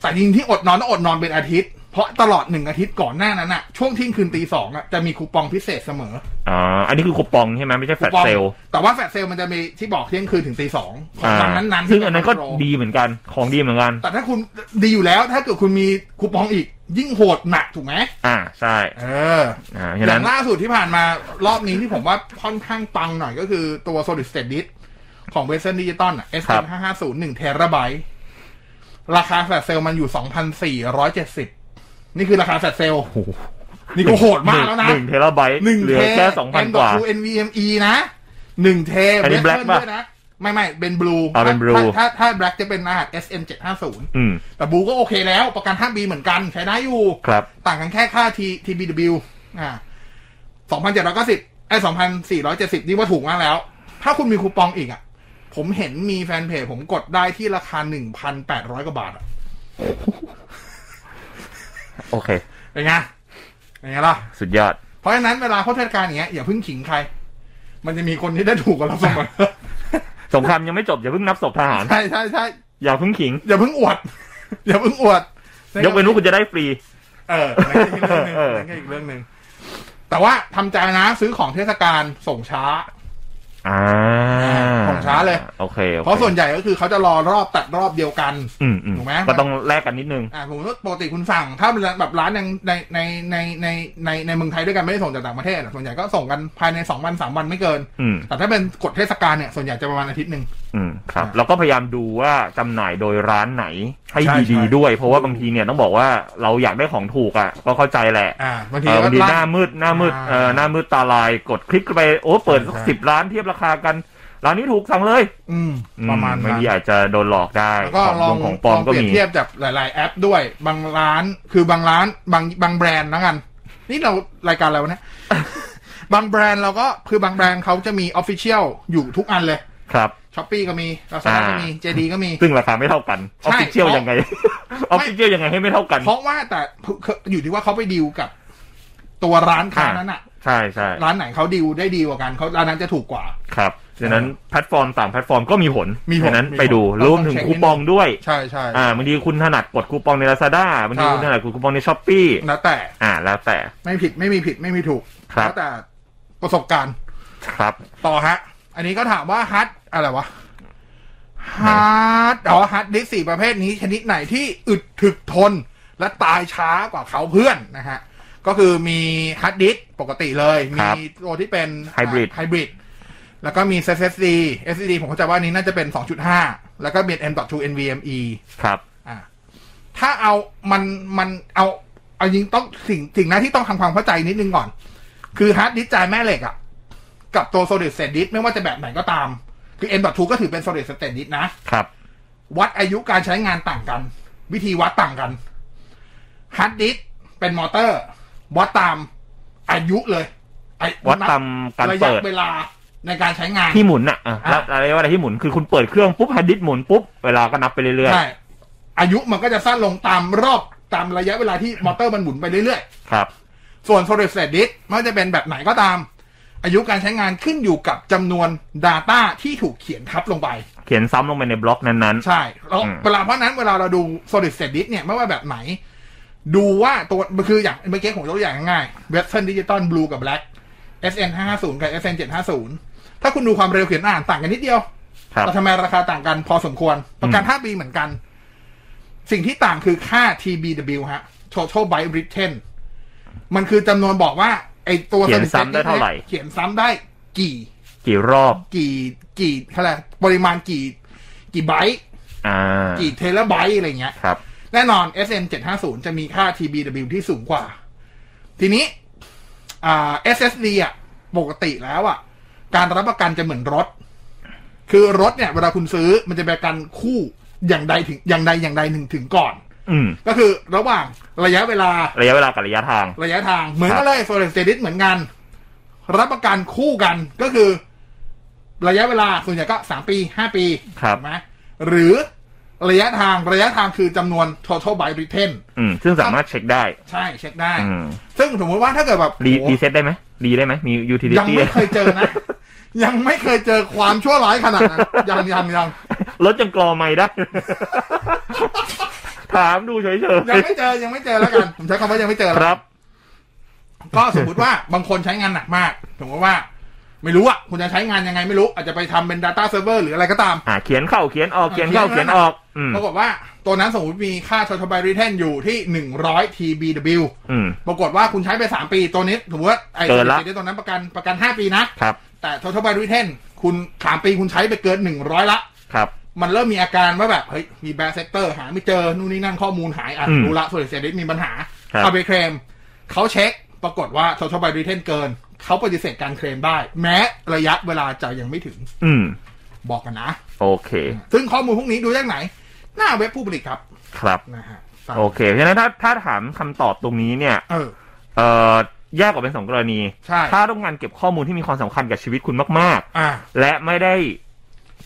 S2: แต่จริงที่อดนอนต้องอดนอนเป็นอาทิตย์ เพราะตลอดหนึ่งอาทิตย์ก่อนหน้านั้นอะช่วงเที่ยงคืนตีสองอะจะมีคูปองพิเศษเสมอ
S3: อ่า อันนี้คือคูปองใช่ไหมไม่ใช่แฟ
S2: คู
S3: ลช
S2: ปอง
S3: เซลล์
S2: แต่ว่าแฟลชเซลมันจะมีที่บอกเที่ยงคืนถึงตีสองของ
S3: อ่า
S2: วันนั้นๆ
S3: ซึ่งอันนั้นก็
S2: ที่เป็โปร
S3: ดีเหมือนกัน ของดีเหมือนกัน
S2: แต่ถ้าคุณดีอยู่แล้วถ้าเกิดคุณมีคูปองอีก ยิ่งโหดหนักถูกไหม
S3: อ่า ใช่
S2: เออ
S3: อ่า
S2: ออ
S3: ฉะ
S2: ย่า
S3: นั้น
S2: งล่าสุดที่ผ่านมารอบนี้ที่ผมว่าค่อนข้างปังหน่อยก็คือตัว solid state disk ของ Western Digital อ่ะ
S3: ครั
S2: SM
S3: บ
S2: 550 1เทราไบต์ราคาแฟลชเซลมันอยู่ 2,470 นี่คือราคาแฟลชเซล
S3: โอ้โห
S2: นี่ก็โหดมากแล้วนะ
S3: หนึ่งเทราไบต์
S2: หนึ่ง
S3: เหลื
S2: เท
S3: อแค่สองพันกว่า
S2: แ NVMe นะหนึ่งเท
S3: อันนี้ black ป่ะ
S2: ด้วยนะ ไม่ไม่เป็นบลู
S3: อ๋อเป็น blue
S2: ถ้าถ้าแบล็กจะเป็นรหัส SM 750
S3: อืม
S2: แต่บลูก็โอเคแล้ว ประกัน5ปีเหมือนกันใช้ได้อยู่
S3: ครับ
S2: ต่างกันแค่ค่า T TBW อ่าสองพันเจ็ดร้อยเก้าสิบไอ้สองพันสี่ร้อยเจ็ดสิบนี่ว่าถูกมากแล้ว ถ้าคุณมีคูปองอีกอ่ะ ผมเห็นมีแฟนเพจผมกดได้ที่ราคาหนึ่งพันแปดร้อยกว่าบาทอ่ะ
S3: โอเค
S2: เป็นไง เป็นไงล่ะ
S3: สุดยอด
S2: เพราะฉะนั้นเวลาเขาเทศกาลอย่างเงี้ยอย่าเพิ่งขิงใคร มันจะมีคนที่ได้ถูกกับเราเสมอ
S3: สงครามยังไม่จบอย่าเพิ่งนับศพทหาร
S2: ใช่ใช่ใช่
S3: อย่าเพิ่งขิง
S2: อย่าเพิ่งอวด <laughs> อย่าเพิ่งอวด
S3: ยกเว้นว่าคุณจะได้ฟรี
S2: เออนั่นก็อีกเรื่องหนึ่งนั่นก็อีกเรื่องหนึ่งแต่ว่าทำใจนะซื้อของเทศกาลส่งช้า
S3: อ่า
S2: ของช้าเลย
S3: โอเคโอค
S2: เพราะส่วนใหญ่ก็คือเขาจะรอรอบตัดรอบเดียวกัน
S3: อืมอืม
S2: ถูกไหม
S3: ก็ต้องแลกกันนิดนึง
S2: อ่าผมว่าปกติคุณสั่ง ถ้าเป็นแบบร้านในในในในในในในเมืองไทยด้วยกันไม่ได้ส่งจากต่างประเทศอะส่วนใหญ่ก็ส่งกันภายในสองวันสามวันไม่เกิน
S3: อืม
S2: แต่ถ้าเป็นกฎเทศกาลเนี่ยส่วนใหญ่จะประมาณอาทิตย์หนึ่ง
S3: อืมครับ
S2: อ่า
S3: เราก็พยายามดูว่าจำหน่ายโดยร้านไหนให้
S2: ใช่
S3: ดี
S2: ใช่
S3: ๆด้วย เพราะว่าบางทีเนี่ยต้องบอกว่าเราอยากได้ของถูกอ่ะก็เข้าใจแหละ
S2: อ่าบางที
S3: เออ
S2: ก็
S3: บางทีห
S2: ร้า
S3: น้าน มืดหน้ามืด
S2: อ่า
S3: เออหน้ามืดตาลายกดคลิกไปโอ้เปิดสัก
S2: ใช่
S3: สิบร้านเทียบราคากัน ร้านนี้ถูกสั่งเลย
S2: อืม
S3: อื
S2: ประมาณ
S3: บาง
S2: นั้น
S3: ทีอาจจะโดนหลอกได้
S2: แล้ว
S3: ข
S2: ก็
S3: อง
S2: ลอง
S3: ปลมของป
S2: ล
S3: ลอ
S2: อ
S3: ม
S2: ง
S3: ก็
S2: เปรียบ
S3: มี
S2: เทียบจากหลาย ๆ แอปด้วย บางร้านคือบางร้านบางบางแบรนด์แล้วกัน นี่เรารายการเรา
S3: <laughs>
S2: เนี่ย บางแบรนด์เราก็คือบางแบรนด์เขาจะมีออฟฟิเชียลอยู่ทุกอันเลย
S3: ครับ
S2: ช้อปปี้ก็มีลาซาด้าก็มีเจดีก็มี
S3: ซึ่งราคาไม่เท่ากัน
S2: ใช่
S3: ออฟฟิเชียล
S2: เพราะ
S3: ยังไงออฟฟิเชียลยังไงให้ไม่เท่ากัน
S2: เพราะว่าแต่อยู่ที่ว่าเขาไปดีลกับตัวร้านค้านั้นอะ
S3: ใช่ใช่
S2: ร้านไหนเขาดีลได้ดีกว่ากันเขาร้านนั้นจะถูกกว่า
S3: ครับดังนั้นแพลตฟอร์มต่างแพลตฟอร์มก็มีผล
S2: มีผล
S3: ดังนั้น
S2: มีผล
S3: ไปดู
S2: เรา
S3: ร
S2: ต้อง
S3: วมถึง
S2: เช็คนิ
S3: คู
S2: ดนึง
S3: ปองด้วย
S2: ใช่ใช่
S3: อ่าบางทีคุณถนัดกดคูปองใน Lazada บางที
S2: ใช่
S3: คุณถนัดกดคูปองใน Shopee
S2: แล้วแต่
S3: อ่าแล้วแต่
S2: ไม่ผิดไม่มีผิดไม่มีถูก
S3: ครับ
S2: แล้วแต่ประสบการณ์
S3: ครับ
S2: ต่อฮะ อันนี้ก็ถามว่าฮาร์ดอะไรวะฮาร์ดอ๋อฮาร์ดดิสก์สี่ประเภทนี้ชนิดไหนที่อึดถึกทน และตายช้ากว่าเขาเพื่อนนะฮะ ก็คือมีฮาร์ดดิสก์ปกติเลย
S3: ค
S2: มี
S3: รับ
S2: ตัวที่เป็น
S3: Hybrid
S2: ไฮบริดแล้วก็มี SSD SSD ผมเข้าใจว่าอันนี้น่าจะเป็น 2.5 แล้วก็เป็น M.2 NVMe
S3: ครับ
S2: อ่า ถ้าเอามันมันเอาเอายิงต้องสิ่งสิ่งนั้นที่ต้องทำความเข้าใจนิดนึงก่อน คือฮาร์ดดิสก์จายแม่เหล็กอะกับตัวโซลิดสเตตดิสไม่ว่าจะแบบไหนก็ตาม คือ M.2 ก็ถือเป็นโซลิดสเตตดิสนะ
S3: ครับ
S2: วัดอายุการใช้งานต่างกัน วิธีวัดต่างกันฮาร์ดดิสก์เป็นมอเตอร์ วัดตามอายุเลยไอ้
S3: วัดตามการ
S2: ระ
S3: เปิ
S2: ยะ
S3: ด
S2: เวลาในการใช้งาน
S3: ที่หมุนอ่ะอ่ะแล้วอะไรว่าอะไรที่หมุนคือคุณเปิดเครื่องปุ๊บฮันดิสหมุนปุ๊บเวลาก็นับไปเรื่อย
S2: ใช่ อายุมันก็จะสั้นลงตามรอบตามระยะเวลาที่มอเตอร์มันหมุนไปเรื่อย
S3: ๆครับ
S2: ๆ ส่วน solid state disk ไมันจะเป็นแบบไหนก็ตาม อายุการใช้งานขึ้นอยู่กับจำนวน Data ที่ถูกเขียนทับลงไป
S3: เขียนซ้ำลงไปในบล็อกนั้น
S2: ใช่แล้ว
S3: อืม
S2: เวลาเพราะฉะนั้นเวลาเราดู solid state disk เนี่ยไม่ว่าแบบไหน ดูว่าตัวคืออย่างเมื่อกี้ผมยกตัวอย่างง่าย Western Digital Blue กับ Black SN 550กับ SN 750ถ้าคุณดูความเร็วเขียนอ่านต่างกันนิดเดียว
S3: ๆ ครับ
S2: แต่ทำไมราคาต่างกันพอสมควร ประกัน 5 ปีเหมือนกัน สิ่งที่ต่างคือค่า TBW ฮะ Total Byte Written มันคือจำนวนบอกว่า ไอตัว
S3: เขียนซ้ำได้เท่าไหร่
S2: เขียนซ้ำได้กี่
S3: กี่รอบ
S2: กี่กี่อะไรปริมาณกี่ กี่ไบต์
S3: อ่า
S2: กี่เทเลไบต์อะไรเงี้ย
S3: ครับ
S2: แน่นอน SM 750จะมีค่า TBW ที่สูงกว่า ทีนี้อ่า SSD อ่ะ ปกติแล้วอ่ะ การรับประกันจะเหมือนรถ คือรถเนี่ย เวลาคุณซื้อมันจะเป็นประกันคู่อย่างใดถึงอย่างใดอย่างใดหนึ่งถึงก่อน
S3: อืม
S2: ก็คือระหว่างระยะเวลา
S3: ระยะเวลากับระยะทาง
S2: ระยะทาง เหมือน
S3: ครั
S2: กับ นเลยโซลิดสเตดิสเหมือนกัน รับประกันคู่กันก็คือ ระยะเวลาส่วนใหญ่ก็สามปีห้าปี
S3: ครับ
S2: ถูกไหมหรือระยะทางระยะทางคือจำนวน total byte return
S3: อืมซึ่งสามารถเช็คได้
S2: ใช่เช็คได้
S3: อืม
S2: ซึ่งสมมติว่าถ้าเกิดแบบ
S3: รี
S2: โอ้
S3: รี
S2: โห
S3: เซ็ตได้ไหมรีได้ไหมมียู <laughs> ทิลิ
S2: ยัง
S3: ตี้
S2: ไม่เคยเจอนะ ยังไม่เคยเจอความชั่วร้ายขนาด <laughs> นั้น ยังยังยัง
S3: รถยังกรอไม่ได้ <laughs> ถามดูเฉย
S2: ยังไม่เจอยังไม่เจอแล้วกันผมใช้คำว่ายังไม่เจอ
S3: ๆ
S2: แล้ว
S3: ครับ
S2: ก็สมมติว่าบางคนใช้งานหนักมากสมมติว่า ไม่รู้อ่ะคุณจะใช้งานยังไงไม่รู้ อาจจะไปทำเป็น data server หรืออะไรก็ตาม
S3: อ่าเขียนเข้าเขียนออกเขียนเข้า
S2: เขี
S3: เขี
S2: ย
S3: ย
S2: น
S3: น
S2: เข้า
S3: ออก อืม
S2: ปรากฏว่าตัวนั้นสมมติมีค่า total byte return อยู่ที่100 tbw
S3: อืม
S2: ปรากฏว่าคุณใช้ไปสามปีตัวนี้สมมติว่าไอ้
S3: เกินละ
S2: สถิติตัวนั้นประกันประกันห้าปีนะ
S3: ครับ
S2: แต่ total by return คุณสามปีคุณใช้ไปเกินหนึ่งร้อยละ
S3: ครับ
S2: มันเริ่มมีอาการว่าแบบ เฮ้ย มีแบ a เซกเตอร์หาไม่เจอ นู่นนี่นั่นข้อมูลหาย อ่ะ
S3: อืม
S2: รู้ละส่วนเซดิสมีปัญหา
S3: ครับ
S2: เอาไปเคลมเขาเช็ค ปรากฏว่า total by return เกิน เขาปฏิเสธการเคลมได้ แม้ระยะเวลาจะยังไม่ถึง
S3: อืม
S2: บอกกันนะ
S3: โอเค
S2: ซึ่งข้อมูลพวกนี้ดูจากไหน หน้าเว็บผู้ผลิตครับ
S3: ครับ
S2: นะฮะฝาก
S3: โอเคเพราะฉะนั้นถ้าถ้าถามคำตอบตรงนี้เนี่ย
S2: เออ
S3: เอ่อแยกออกเป็นสองกรณี
S2: ใช่
S3: ถ้าต้องการเก็บข้อมูลที่มีความสำคัญกับชีวิตคุณมาก
S2: อ่า
S3: ๆ และไม่ได้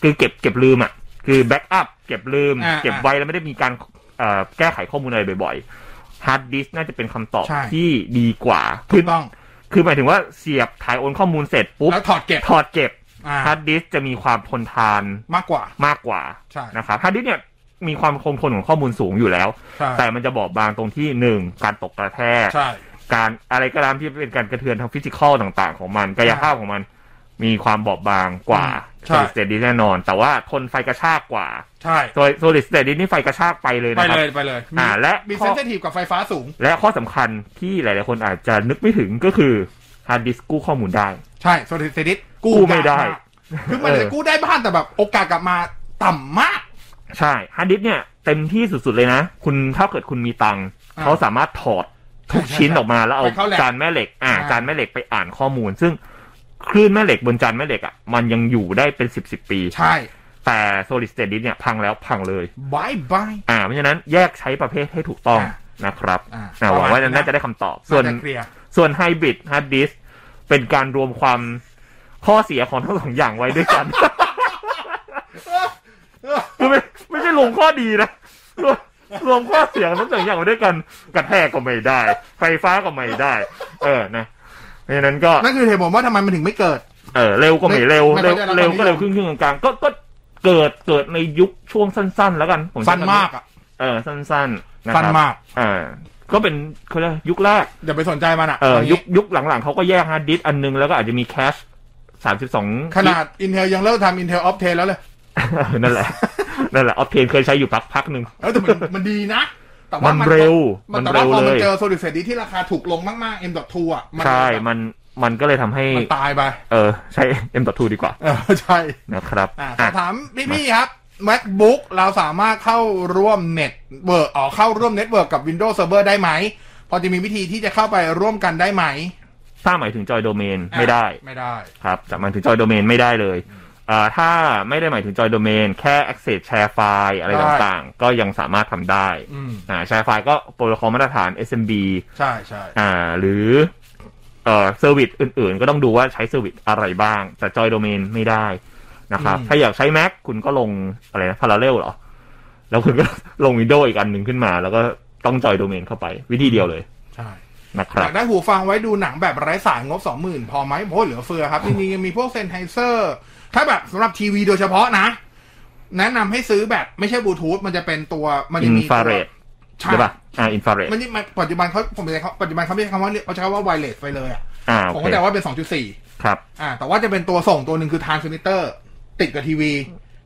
S3: คือเก็บเก็บลืมอ่ะ คือแบ็กอัพเก็บลืม
S2: อ่า
S3: เก็บไว้แล้วไม่ได้มีการเอ่อแก้ไขข้อมูลอะไรบ่อยๆฮาร์ดดิสน่าจะเป็นคำตอบ
S2: ใช่
S3: ที่ดีกว่า คื
S2: ถู
S3: อก
S2: ต้อง
S3: คือหมายถึงว่าเสียบถ่ายโอนข้อมูลเสร็จปุ๊บ
S2: แล้วถอดเก็บ
S3: ถอดเก็บ
S2: อ่า
S3: ฮาร์ดดิสจะมีความทนทาน
S2: มากกว่า
S3: มากกว่า
S2: ใช่
S3: นะครับฮาร์ดดิสเนี่ยมีความคงทนของข้อมูลสูงอยู่แล้ว
S2: ใช่
S3: แต่มันจะบอบบางตรงที่หนึ่งการตกกระแทก
S2: ใช่
S3: การอะไรก็ตามที่เป็นการกระเทือนทางฟิสิกอลต่างๆ ของมันกายภาพของมันมีความบอบบางกว่า
S2: ใช่
S3: โซลิดสเตดิสแน่นอน แต่ว่าทนไฟกระชากกว่า
S2: ใช่
S3: โซโซลิดสเตดิสนี่ไฟกระชากไปเลย
S2: ไป
S3: นะครั
S2: เล
S3: บ
S2: ยไปเลยมี
S3: อ่าและ
S2: มีเซ
S3: ข้อ
S2: นเซทีฟกับไฟฟ้าสูง
S3: และข้อสำคัญที่หลายๆคนอาจจะนึกไม่ถึงก็คือฮาร์ดดิสกู้ข้อมูลได้
S2: ใช่โซลิดเซดิสกู้
S3: กู้ไม่ได้
S2: ยากากคือมันจะกู้ได้บ้างแต่แบบโอกาสกลับมาต่ำมาก
S3: ใช่ฮาร์ดดิสเนี่ยเต็มที่สุดๆเลยนะ คุณถ้าเกิดคุณมีตังค์
S2: อ่า
S3: เขาสามารถถอดทุกชิ้นออกมาแล้วเอา
S2: ไปเข้าแล็บ
S3: จานแม่เหล็ก อ่า
S2: อ่า
S3: จานแม่เหล็กไปอ่านข้อมูล ซึ่งคลื่นแม่เหล็กบนจานแม่เหล็กอ่ะมันยังอยู่ได้เป็นสิบสิบปี
S2: ใช่
S3: แต่ solid state disk เนี่ย พังแล้วพังเลย
S2: บายบาย
S3: อ่า เพราะฉะนั้นแยกใช้ประเภทให้ถูกต้อง
S2: อ่ะ
S3: นะครับ
S2: อ่ะ
S3: อ่ะหวังว่า
S2: ประมาณนี้นะ
S3: น่าจะได้คำตอบ ส่วน
S2: จะเคลียร์
S3: ส่วน hybrid hard disk เป็นการรวมความข้อเสียของทั้งสองอย่างไว้ด้วย
S2: <laughs>
S3: กัน คือไม่ไม่ใช่รวมข้อดีนะ <laughs> รวมรวมข้อเสียของทั้งสองอย่างไว้ด้วยกันกระแทกก็ไม่ได้ ไฟฟ้าก็ไม่ได้ เออนะเพราะฉะนั้นก็
S2: นั่นคือเหตุผลว่าทำไมมันถึงไม่เกิด
S3: เออเร็วก็ไม่เร็ว
S2: ไม่
S3: เร็ว
S2: ไม่เข้าใจ
S3: เร็วก็
S2: แล้ว
S3: เร็วครึ่งครึ่งกลางๆก็ก็เกิดเกิดในยุคช่วงสั้น ๆ แล้วกันผมใช้
S2: สั้น
S3: คำ
S2: มากอ่ะ
S3: เออสั้นๆนะค
S2: สั้น
S3: รับ
S2: มาก
S3: เออก็เป็นเขาเรียกยุคแรก
S2: อย่าไปสนใจมันอ่ะ
S3: เออ
S2: าง
S3: ยุ
S2: งี้
S3: คยุคหลังๆเขาก็แยกฮาร์ดดิสก์อันนึงแล้วก็อาจจะมีแคชสามสิบสอง
S2: ขนาดอินเทลยังเลิกทำอินเทลออฟเทนแล้วเลย
S3: <laughs> นั่นแหละ <laughs> นั่นแหละออฟเทนเคยใช้อยู่พักพักหนึ่ง
S2: เออแต่
S3: <laughs>
S2: มันมันดีนะ แต่ว่า
S3: มั
S2: มัน
S3: เร็ว
S2: มัน
S3: มัน
S2: แต่ว่า
S3: เร็ว
S2: พอมัน
S3: เลย
S2: เจอโซลิดเซดิสที่ราคาถูกลงมากๆ M.2 อ่ะ
S3: ใช่มันมันก็เลยทำให้
S2: มันตายไป
S3: เออใช้ M.2 ดีกว่า
S2: เออใช่
S3: นะครับ
S2: อ่าส
S3: อ่ะ
S2: อบถามพี่ๆครับ MacBook เราสามารถเข้าร่วมเน็ตเวิร์กอ๋อเข้าร่วมเน็ตเวิร์กกับ Windows Server ได้ไหม พอจะมีวิธีที่จะเข้าไปร่วมกันได้ไหม
S3: ถ้าหมายถึงจอยโดเมนไม่ได้
S2: ไม่ได้
S3: ครับจะหมายถึงจอยโดเมนไม่ได้เลยอ่าถ้าไม่ได้หมายถึงจอยโดเมนแค่ access share file อะไรต่างๆ ก็ยังสามารถทำได้
S2: อืม
S3: อ่า share file ก็โปรโตคอลมาตรฐาน SMB
S2: ใช่ใช่
S3: อ่าหรือเอ่อเซอร์วิสอื่นๆ ก็ต้องดูว่าใช้เซอร์วิสอะไรบ้าง แต่จอยโดเมนไม่ได้นะครับ ถ้าอยากใช้ Mac คุณก็ลงอะไรนะพาราเรลเหรอ แล้วคุณก็ <laughs> ลง Windows อีกอันหนึ่งขึ้นมา แล้วก็ต้องจอยโดเมนเข้าไป วิธีเดียวเลย
S2: ใช่
S3: นะค
S2: อ
S3: รับ
S2: ยากได้หูฟังไว้ดูหนังแบบไร้สายงบสองหมื่นพอไหมโอ้ยเหลือเฟือครับจริงๆยังมีพวกเซนไฮเซอร์ถ้าแบบสำหรับทีวีโดยเฉพาะนะ แนะนำให้ซื้อแบบไม่ใช่บลูทูธมันจะเป็นตัวมันจะ
S3: อิน
S2: มีตัว
S3: ฟาเรด
S2: ใช่
S3: ใช่ป่ะ อ่า อินฟาเรด
S2: มันนี่มันปัจจุบันเขาผมจะเขาปัจจุบันเขาไม่ใช้คำว่าเขาใช้คำว่าไวเลสไปเลยอ่ะ
S3: อ่า
S2: ผ
S3: โอ
S2: ม
S3: เค
S2: เข้าใจว่าเป็น 2.4
S3: ครับ
S2: อ่า แต่ว่าจะเป็นตัวส่งตัวหนึ่งคือทานซิมิเตอร์ ติดกับทีวี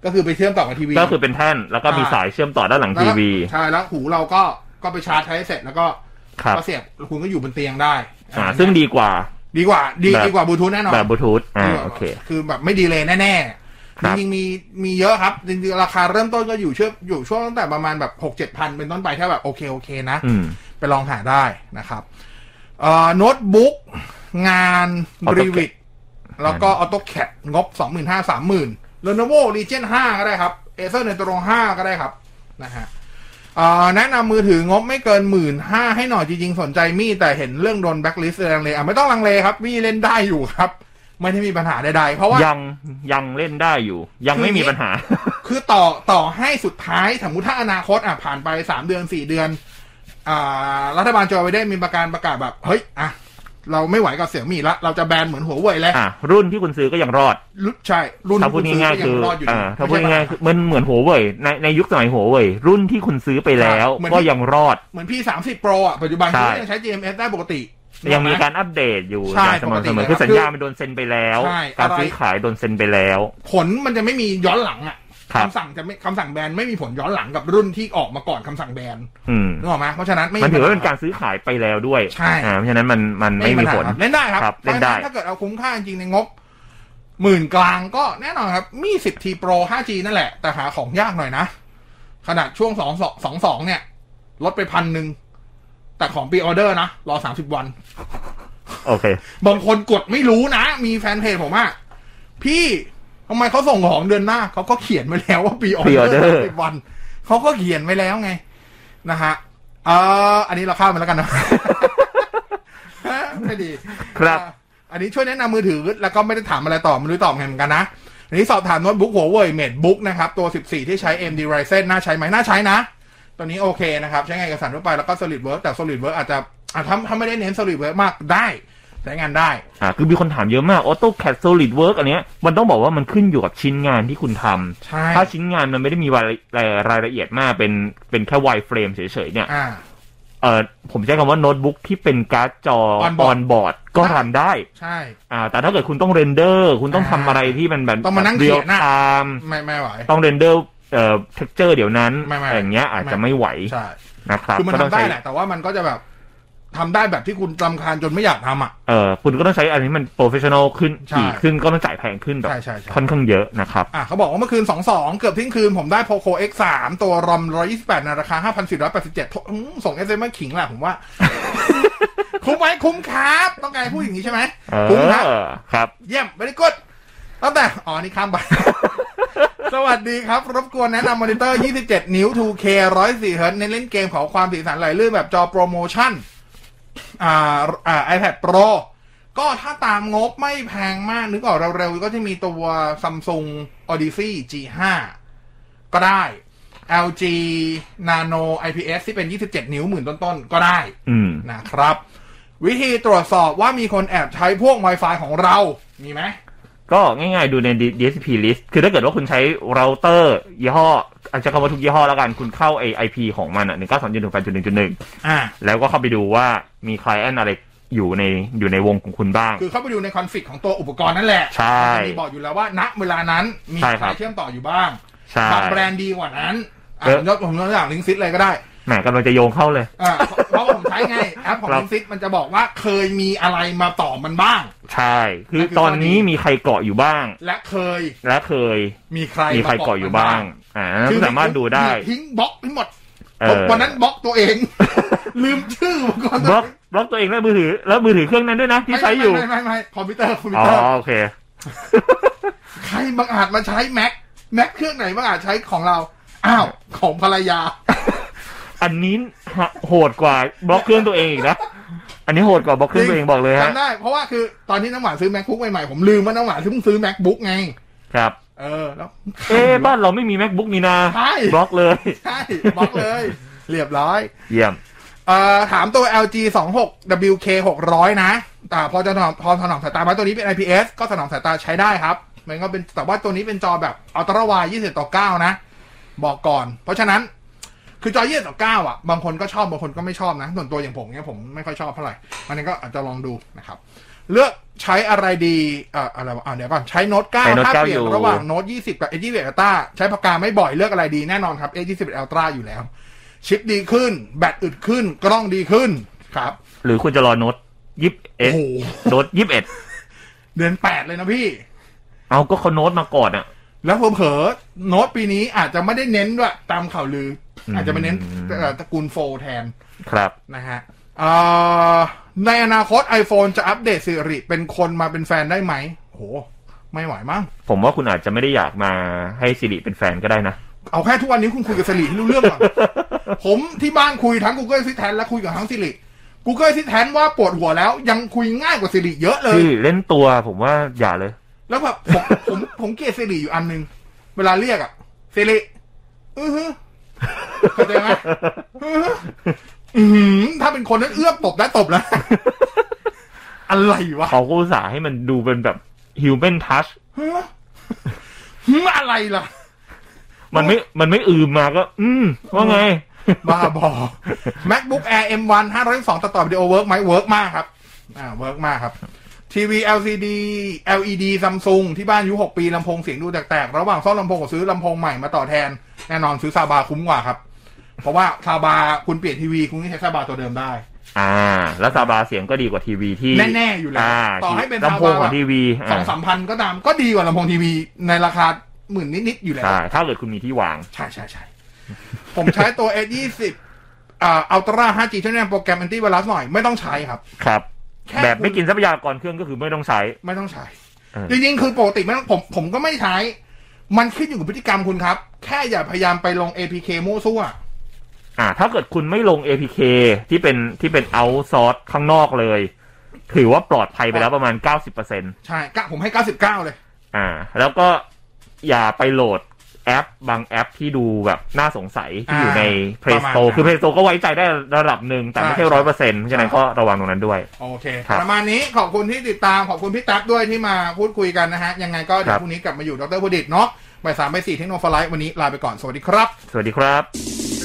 S2: ก็คือไปเชื่อมต่อกับทีวี
S3: ก็คือเป็นแท่น แล้วก็มี
S2: อ่า
S3: สายเชื่อมต่อด้านหลัง
S2: แล้
S3: ที
S2: ก็
S3: วี
S2: ใช่แล้วหูเราก็ก็ไปชาร์จใช้เสร็จแล้วก็
S3: ครับ
S2: ก็เสียบคุณก็อยู่บนเตียงได้
S3: อ่า ซึ่งดีกว่า
S2: ดีกว่าดี
S3: แบบ
S2: ดีกว่าบลูทูธแน่นอน
S3: แบบบลูทูธอ่า
S2: ดีกว่
S3: โอเค
S2: คือแบบไม่ดีเลยแน่
S3: ค
S2: ๆ
S3: รับ
S2: จริงๆมีมีเยอะครับจริงๆราคาเริ่มต้นก็อยู่เชื่ออยู่ช่วงตั้งแต่ประมาณแบบหกเจ็ดพันเป็นต้นไปถ้าแบบโอเคโอเคนะ
S3: อืม
S2: ไปลองหาได้นะครับเอ่อโน้ตบุ๊กงานรีวิ
S3: AutoCAD
S2: ตแล้วก็ออโตแคดงบ 25,000 30,000 Lenovo Legion 5 ก็ได้ครับ Acer Nitro 5 ก็ได้ครับนะฮะเอ่อแนะนำมือถืองบไม่เกิน 1 5ื่นให้หน่อยจริงๆ สนใจมี่แต่เห็นเรื่องโดนแบ็คลิสต์ลังเลอ่ะไม่ต้องลังเลครับมี่เล่นได้อยู่ครับ ไม่ได้มีปัญหาใดๆ เพราะว่า
S3: ยังยังเล่นได้อยู่ ยังไม่มีปัญหา <laughs>
S2: คือต่อต่อให้สุดท้ายสมมติถ้าอนาคตอ่ะผ่านไปสามเดือนสี่เดือน อ่า รัฐบาลโจอไปได้มีประกาศประกาศแบบ เฮ้ย อ่ะ เราไม่ไหวกับเสี่ยมี่ละ เราจะแบนเหมือนหัวเว่ยแล้ว
S3: อ่ารุ่นที่คุณซื้อก็ยังรอด
S2: รุ่นใช่ รุ่น
S3: ถ้าพูดง่ายๆ
S2: ซื้
S3: คือ
S2: ก็
S3: อ
S2: รอดอยู่ดี
S3: อ่าถ้าพูด
S2: ไม่ใช่
S3: ง่าย
S2: ปัญห
S3: ๆมันเหมือนหัวเว่ยในในยุคสมัยหัวเว่ยรุ่นที่คุณซื้อไปแล้ว
S2: เหมือน
S3: ก็ยังรอด
S2: เหมือนพี่สามสิบโปรอ่ะ ปัจจุบัน
S3: ใช่
S2: ก็ยังใช้ GMS ได้ปกติ
S3: ยังมี
S2: นะ
S3: การอัปเดตอยู่
S2: ใช่
S3: อย่างสม่ำเสม
S2: ปกติ
S3: อ
S2: แล้ว
S3: คือสัญญา
S2: คือ
S3: มันโดนเซ็นไปแล้ว
S2: ใช่
S3: การ
S2: อะไร
S3: ซื้อขายโดนเซ็นไปแล้ว
S2: ผลมันจะไม่มีย้อนหลังอ่ะ
S3: ครับ
S2: คำสั่งจะไม่คำสั่งแบนไม่มีผลย้อนหลังกับรุ่นที่ออกมาก่อนคำสั่งแบน
S3: อืม
S2: นึกออกไหมเพราะฉะนั้นไม่
S3: มันถือว่า
S2: ปั
S3: เป็
S2: ญ
S3: น
S2: ห
S3: การซื้อขายไปแล้วด้วย
S2: ใช่
S3: อ่าเพราะฉะนั้นมันมันไม่มี
S2: ปัญหา
S3: ผล
S2: ครับเล่นได้ครับ
S3: ครับเล่นได้
S2: พราะฉะถ้าเกิดเอาคุ้มค่าจริงๆในงบหมื่นกลางก็แน่นอนครับ มี 10T Pro 5G นั่นแหละ แต่หาของยากหน่อยนะ ขนาดช่วงสองสองสองสองเนี่ย ลดไปพันหนึ่ง แต่ของปีออเดอร์นะ รอสามสิบวัน
S3: โอเค
S2: บางคนกดไม่รู้นะ มีแฟนเพจผมอะพี่ทำไมเขาส่งของเดือนหน้า เขาก็เขียนไว้แล้วว่าปีออ
S3: Pre
S2: เดอ
S3: order
S2: ร์สามสิบวัน เขาก็เขียนไว้แล้วไง นะฮะเอ่ออันนี้เราข้ามไปแล้วกันนะ <laughs> ไม่ดี
S3: ครับ
S2: อ่ะอันนี้ช่วยแนะนำมือถือแล้วก็ไม่ได้ถามอะไรต่อไม่รู้ตอบไงเหมือนกันนะ อันนี้สอบถามโน้ตบุ๊กหัวเว่ยเมดบุ๊กนะครับ ตัว 14 ที่ใช้ AMD Ryzen น่าใช้ไหมน่าใช้นะ ตัวนี้โอเคนะครับ ใช้งานเอกสารทั่วไปแล้วก็ SolidWorks แต่ SolidWorks อาจจะอ่ะถ้าถ้าไม่ได้เน้น SolidWorks มากได้ ใช้งานได้
S3: อ่าคือมีคนถามเยอะมาก AutoCAD Solid Work อันเนี้ยมันต้องบอกว่ามันขึ้นอยู่กับชิ้นงานที่คุณทำ
S2: ใช่
S3: ถ้าชิ้นงานมันไม่ได้มีรายรายรายละเอียดมากเป็นเป็นแค่ไวเฟรมเฉยๆเนี่ย
S2: อ่า
S3: เออผมใช้คำว่าโน้ตบุ๊กที่เป็นการ์ดจอ
S2: Onboard
S3: บอร์ดก็รันได้
S2: ใช่
S3: อ่าแต่ถ้าเกิดคุณต้องเรนเดอร์ คุณต้องทำ
S2: อ่า
S3: อะไรที่มันแบบ
S2: ต้องมานั่ง
S3: เรี
S2: เขี
S3: ยล
S2: ยนอะ
S3: ไทม์
S2: ไม่ไม่ไหว
S3: ต้องเรนเดอร์เอ่อเท็กเจอร์เดี๋ยวนั้น
S2: ไม่ไม่
S3: อะไรอย่างเงี้ยอาจจะไม่ไหว
S2: ใช่
S3: นะครับ
S2: คือมัน
S3: ก็ต้อ
S2: ทำ
S3: ง
S2: ได้
S3: ใช้
S2: แหละ แต่ว่ามันก็จะแบบทำได้แบบที่คุณรำคาญจนไม่อยากทำอ่ะ
S3: เอ่อคุณก็ต้องใช้อันนี้มันโปรเฟชชั่นอลขึ้น
S2: ใช่
S3: อีกซึ่งก็ต้องจ่ายแพงขึ้นแบบ
S2: ใช่ใช่ใช่
S3: ค่อนข้างเยอะนะครับ
S2: อ่ะเขาบอกว่าเมื่อคืน 2-2 เกือบเที่ยงคืน ผมได้ Poco X3 ตัวรอม128 ในราคา 5,487ทอื้อส่ง SMS ขิงแหละผมว่า <laughs> คุ้มไหมคุ้มครับ ต้องการให้พูดอย่างนี้ใช่ไหม
S3: เอ
S2: คุ้มครับ
S3: อครับ
S2: เยี่ยมไม่ได้กดตั้งแต่ อ๋อ นี่ข้ามไป สวัสดีครับ รบกวนแนะนำมอนิเตอร์ 27 นิ้ว 2K 104 h z เน้นเล่นเกมขอความสีสันไหลลื่นแบบจอโปรโมชั่น อ่า อ่า iPad Pro ก็ถ้าตามงบไม่แพงมาก นึกออกเร็วๆ ก็จะมีตัว Samsung Odyssey G5 ก็ได้ LG Nano IPS ที่เป็น 27 นิ้วหมื่นต้นๆ ก็ได้
S3: อืม
S2: นะครับ วิธีตรวจสอบว่ามีคนแอบใช้พวก Wi-Fi ของเรา มีไหม
S3: ก็ง่ายๆดูใน DSP list คือถ้าเกิดว่าคุณใช้เราเตอร์ยี่ห้ออาจจะคำว่าทุกยี่ห้อแล้วกันคุณเข้า IP ของมันอ่ะหนึ่งเก้าสองจุดหนึ่งแปดจุดหนึ่งจุดหนึ่ง
S2: อ่า
S3: แล้วก็เข้าไปดูว่ามีคลเอนอะไรอยู่ในอยู่ในวงของคุณบ้าง
S2: คือเข้าไปดูในคอนฟิกของตัวอุปกรณ์นั่นแหละ
S3: ใช่
S2: มันจะมีบอกอยู่แล้วว่าณเวลานั้นมี
S3: ใช่
S2: สาย
S3: ครับ
S2: เชื่อมต่ออยู่บ้าง
S3: ใช่
S2: บางแบรนด์ดีกว่านั้นอ่ะ
S3: เออ
S2: ผมยกผมยกตัวอย่างลิงซิตเลยก็ได้
S3: แหมกำลังจะโยงเข้าเลย
S2: อ่าเพราะเพราะว่าผมใช้ไงแอปของ
S3: ครับ
S2: ลิงซิตมันจะบอกว่าเคยมีอะไรมาต่อมันบ้าง
S3: ใช่ คือ
S2: นั่นคือข้อดี
S3: ตอนนี้มีใครเกาะอยู่บ้าง
S2: และเคย
S3: และเคย
S2: มีใคร
S3: มีใคร
S2: ม
S3: เกาะอยู่บ้าง อ่าก็สามารถดูได้
S2: ทิ้งบล็อกทั้งหมด
S3: เออ
S2: วันนั้นบล็อกตัวเอง ลืมชื่อมาก่อน
S3: บล็อกบล็อกตัวเองแล้วมือถือ แล้วมือถือเครื่องนั้นด้วยนะ ที่
S2: ไม่
S3: ใช้อยู่
S2: ไม่ไม่ไม่ไม่คอมพิวเตอร์คอมพิว
S3: อ๋อ
S2: เตอร์
S3: โอเค
S2: ใครบังอาจมาใช้แม็กแม็กเครื่องไหนบังอาจใช้ของเรา อ้าว ของภรรยา
S3: อันนี้โหดกว่าบล็อกเครื่องตัวเองอีกนะ อันนี้โหดกว่าบล็อกเครื่องตัวเองบอกเลยฮะ
S2: จำได้ เพราะว่าคือตอนที่น้ำหวานซื้อ macbook ใหม่ๆ ผมลืมว่าน้ำหวานเพิ่งซื้อ macbook ไง
S3: ครับ
S2: เออ แล้ว
S3: เอ๊ะบ้านเราไม่มี macbook นี่นา
S2: ใช่
S3: บล็อกเลย
S2: ใช่บล็อกเลย เรียบร้อย
S3: เยี่ยม
S2: เอ่อถามตัว LG 26 WK 600นะ แต่พอจะถนอมพอถนอมสายตาไหมตัวนี้เป็น IPS ก็ถนอมสายตาใช้ได้ครับ มันก็เป็นแต่ว่าตัวนี้เป็นจอแบบอัลตร้าวาย20 ต่อ 9 นะ บอกก่อน เพราะฉะนั้น คือจอ20ต่อ 9 อ่ะ บางคนก็ชอบ บางคนก็ไม่ชอบนะ ส่วนตัวอย่างผมเนี่ยผมไม่ค่อยชอบเท่าไหร่มันนก็อาจจะลองดูนะครับ เลือกใช้อะไรดีเอ่ออะไรวะอ่าเดี๋ยวก่อน ใช้โน้ต
S3: ใช้
S2: 9
S3: Note
S2: ถ้าเปลี่ย
S3: 9อยู่
S2: นระหว่างโน้ต20 กับ A21 Ultra ใช้ปากกาไม่บ่อยเลือกอะไรดีแน่นอนครับ A21 Ultra อยู่แล้ว ชิปดีขึ้น แบตอึดขึ้น กล้องดีขึ้นครับ
S3: หรือคุณจะรอโน้ตยิบเอ็
S2: โอ้โห
S3: โน้ตยิบเอ็ด
S2: เดือน 8 เลยนะพี่
S3: เอาก็เขาโน้ตมาก่อนอ่ะ
S2: แล้วเผลอๆโน้ตปีนี้อาจจะไม่ได้เน้นด้วยตามข่าวลือ
S3: อืม
S2: อาจจะไปเน้นเอ่อตระกูลโฟแทน
S3: ครับ
S2: นะฮะเอ่อในอนาคต iPhone จะอัปเดตสิริเป็นคนมาเป็นแฟนได้ไหม โห ไม่ไหวมั้ง
S3: ผมว่าคุณอาจจะไม่ได้อยากมาให้สิริเป็นแฟนก็ได้นะ
S2: เอาแค่ทุกวันนี้คุณคุยกับสิริให้รู้เรื่องก่อน ผมที่บ้านคุยทั้ง Google Assistant และคุยกับทั้งสิริ Google Assistant ว่าปวดหัวแล้ว ยังคุยง่ายกว่าสิริเยอะเลย
S3: ที่เล่นตัวผมว่าอย่าเลย
S2: แล้วแบบผมผมผมเกลียดสิริอยู่อันหนึง เวลาเรียกอะสิริอือฮึเข้าใจไหมอื้อฮึอือหือถ้าเป็นคนนั้นเอื้อมตบได้ตบแล้ว อะไรวะ
S3: เขาก็อุตส่าห์ให้มันดูเป็นแบบ human touch
S2: ฮะหึอะไรล่ะ
S3: มันไม่ มันไม่อืมมาก็ อืม ว่าไง
S2: บ้าบอ MacBook Air M1 502ตัดต่อวิดีโอเวิร์กไหมเวิร์กมากครับ อ่าเวิร์กมากครับ ทีวี LCD LED Samsung ที่บ้านอายุ 6 ปีลำโพงเสียงดูแตกๆ ระหว่างซ่อมลำโพงกับซื้อลำโพงใหม่มาต่อแทน แน่นอนซื้อซาบาคุ้มกว่าครับ เพราะว่าซาบาคุณเปลี่ยนทีวี คุณก็ใช้ซาบาตัวเดิมได้
S3: อ่า แล้วซาบาเสียงก็ดีกว่าทีวีที่
S2: แน่ๆอยู่แล้ว
S3: า
S2: ต่อให้เป็น
S3: ลำโพง
S2: ซา
S3: ของ
S2: บา
S3: ทีวี
S2: สองสามพันก็ตามก็ดีกว่าลำโพงทีวีในราคาหมื่นนิดๆอยู่แล้ว
S3: ใช่ถ้าเกิดคุณมีที่วาง
S2: ใช่ใช่ใช่ ผมใช้ตัว S20 อ่า Ultra 5G ที่แนะนำโปรแกรม anti virus หน่อย ไม่ต้องใช้ครับ
S3: ครับ
S2: แค่
S3: แบบไม่กินทรัพยากรเครื่องก็คือไม่ต้องใช้
S2: ไม่ต้องใช้
S3: เออ
S2: จริงๆ คือปกติไม่ต้องผมผมก็ไม่ใช้ มันขึ้นอยู่กับพฤติกรรมคุณครับ แค่อย่าพยายามไปลง APK มั่วซั่ว
S3: อ่า ถ้าเกิดคุณไม่ลง APK ที่เป็นที่เป็นเอาซอร์สข้างนอกเลย ถือว่าปลอดภัยไปแล้วประมาณ 90%อ
S2: ใช่กะผมให้ 99 เลย
S3: ่า แล้วก็อย่าไปโหลดแอป บางแอปที่ดูแบบน่าสงสัยที่อยู่
S2: อ่า
S3: ใน Play
S2: ประมาณ
S3: Store
S2: นั้น
S3: คือ Play Store ก็ไว้ใจได้ระดับหนึ่งแต่ไม่ใช่
S2: ใช่
S3: ร้อยเปอร์เซ็นต์เพราะฉะนั้นก็ระวังตรงนั้นด้วย
S2: โอเค
S3: ครับ
S2: ประมาณนี้ขอบคุณที่ติดตามขอบคุณพี่ตั๊กด้วยที่มาพูดคุยกันนะฮะ ยังไงก็เดี๋ย
S3: ครั
S2: ว
S3: บ
S2: พรุ่งนี้กลับมาอยู่ดรพุดิตเนาะบ่ายสามบ่ายสี่เทคโนโลยีไลฟ์วันนี้ลาไปก่อนสวัสดีครับ
S3: สวัสดีครับ
S1: ร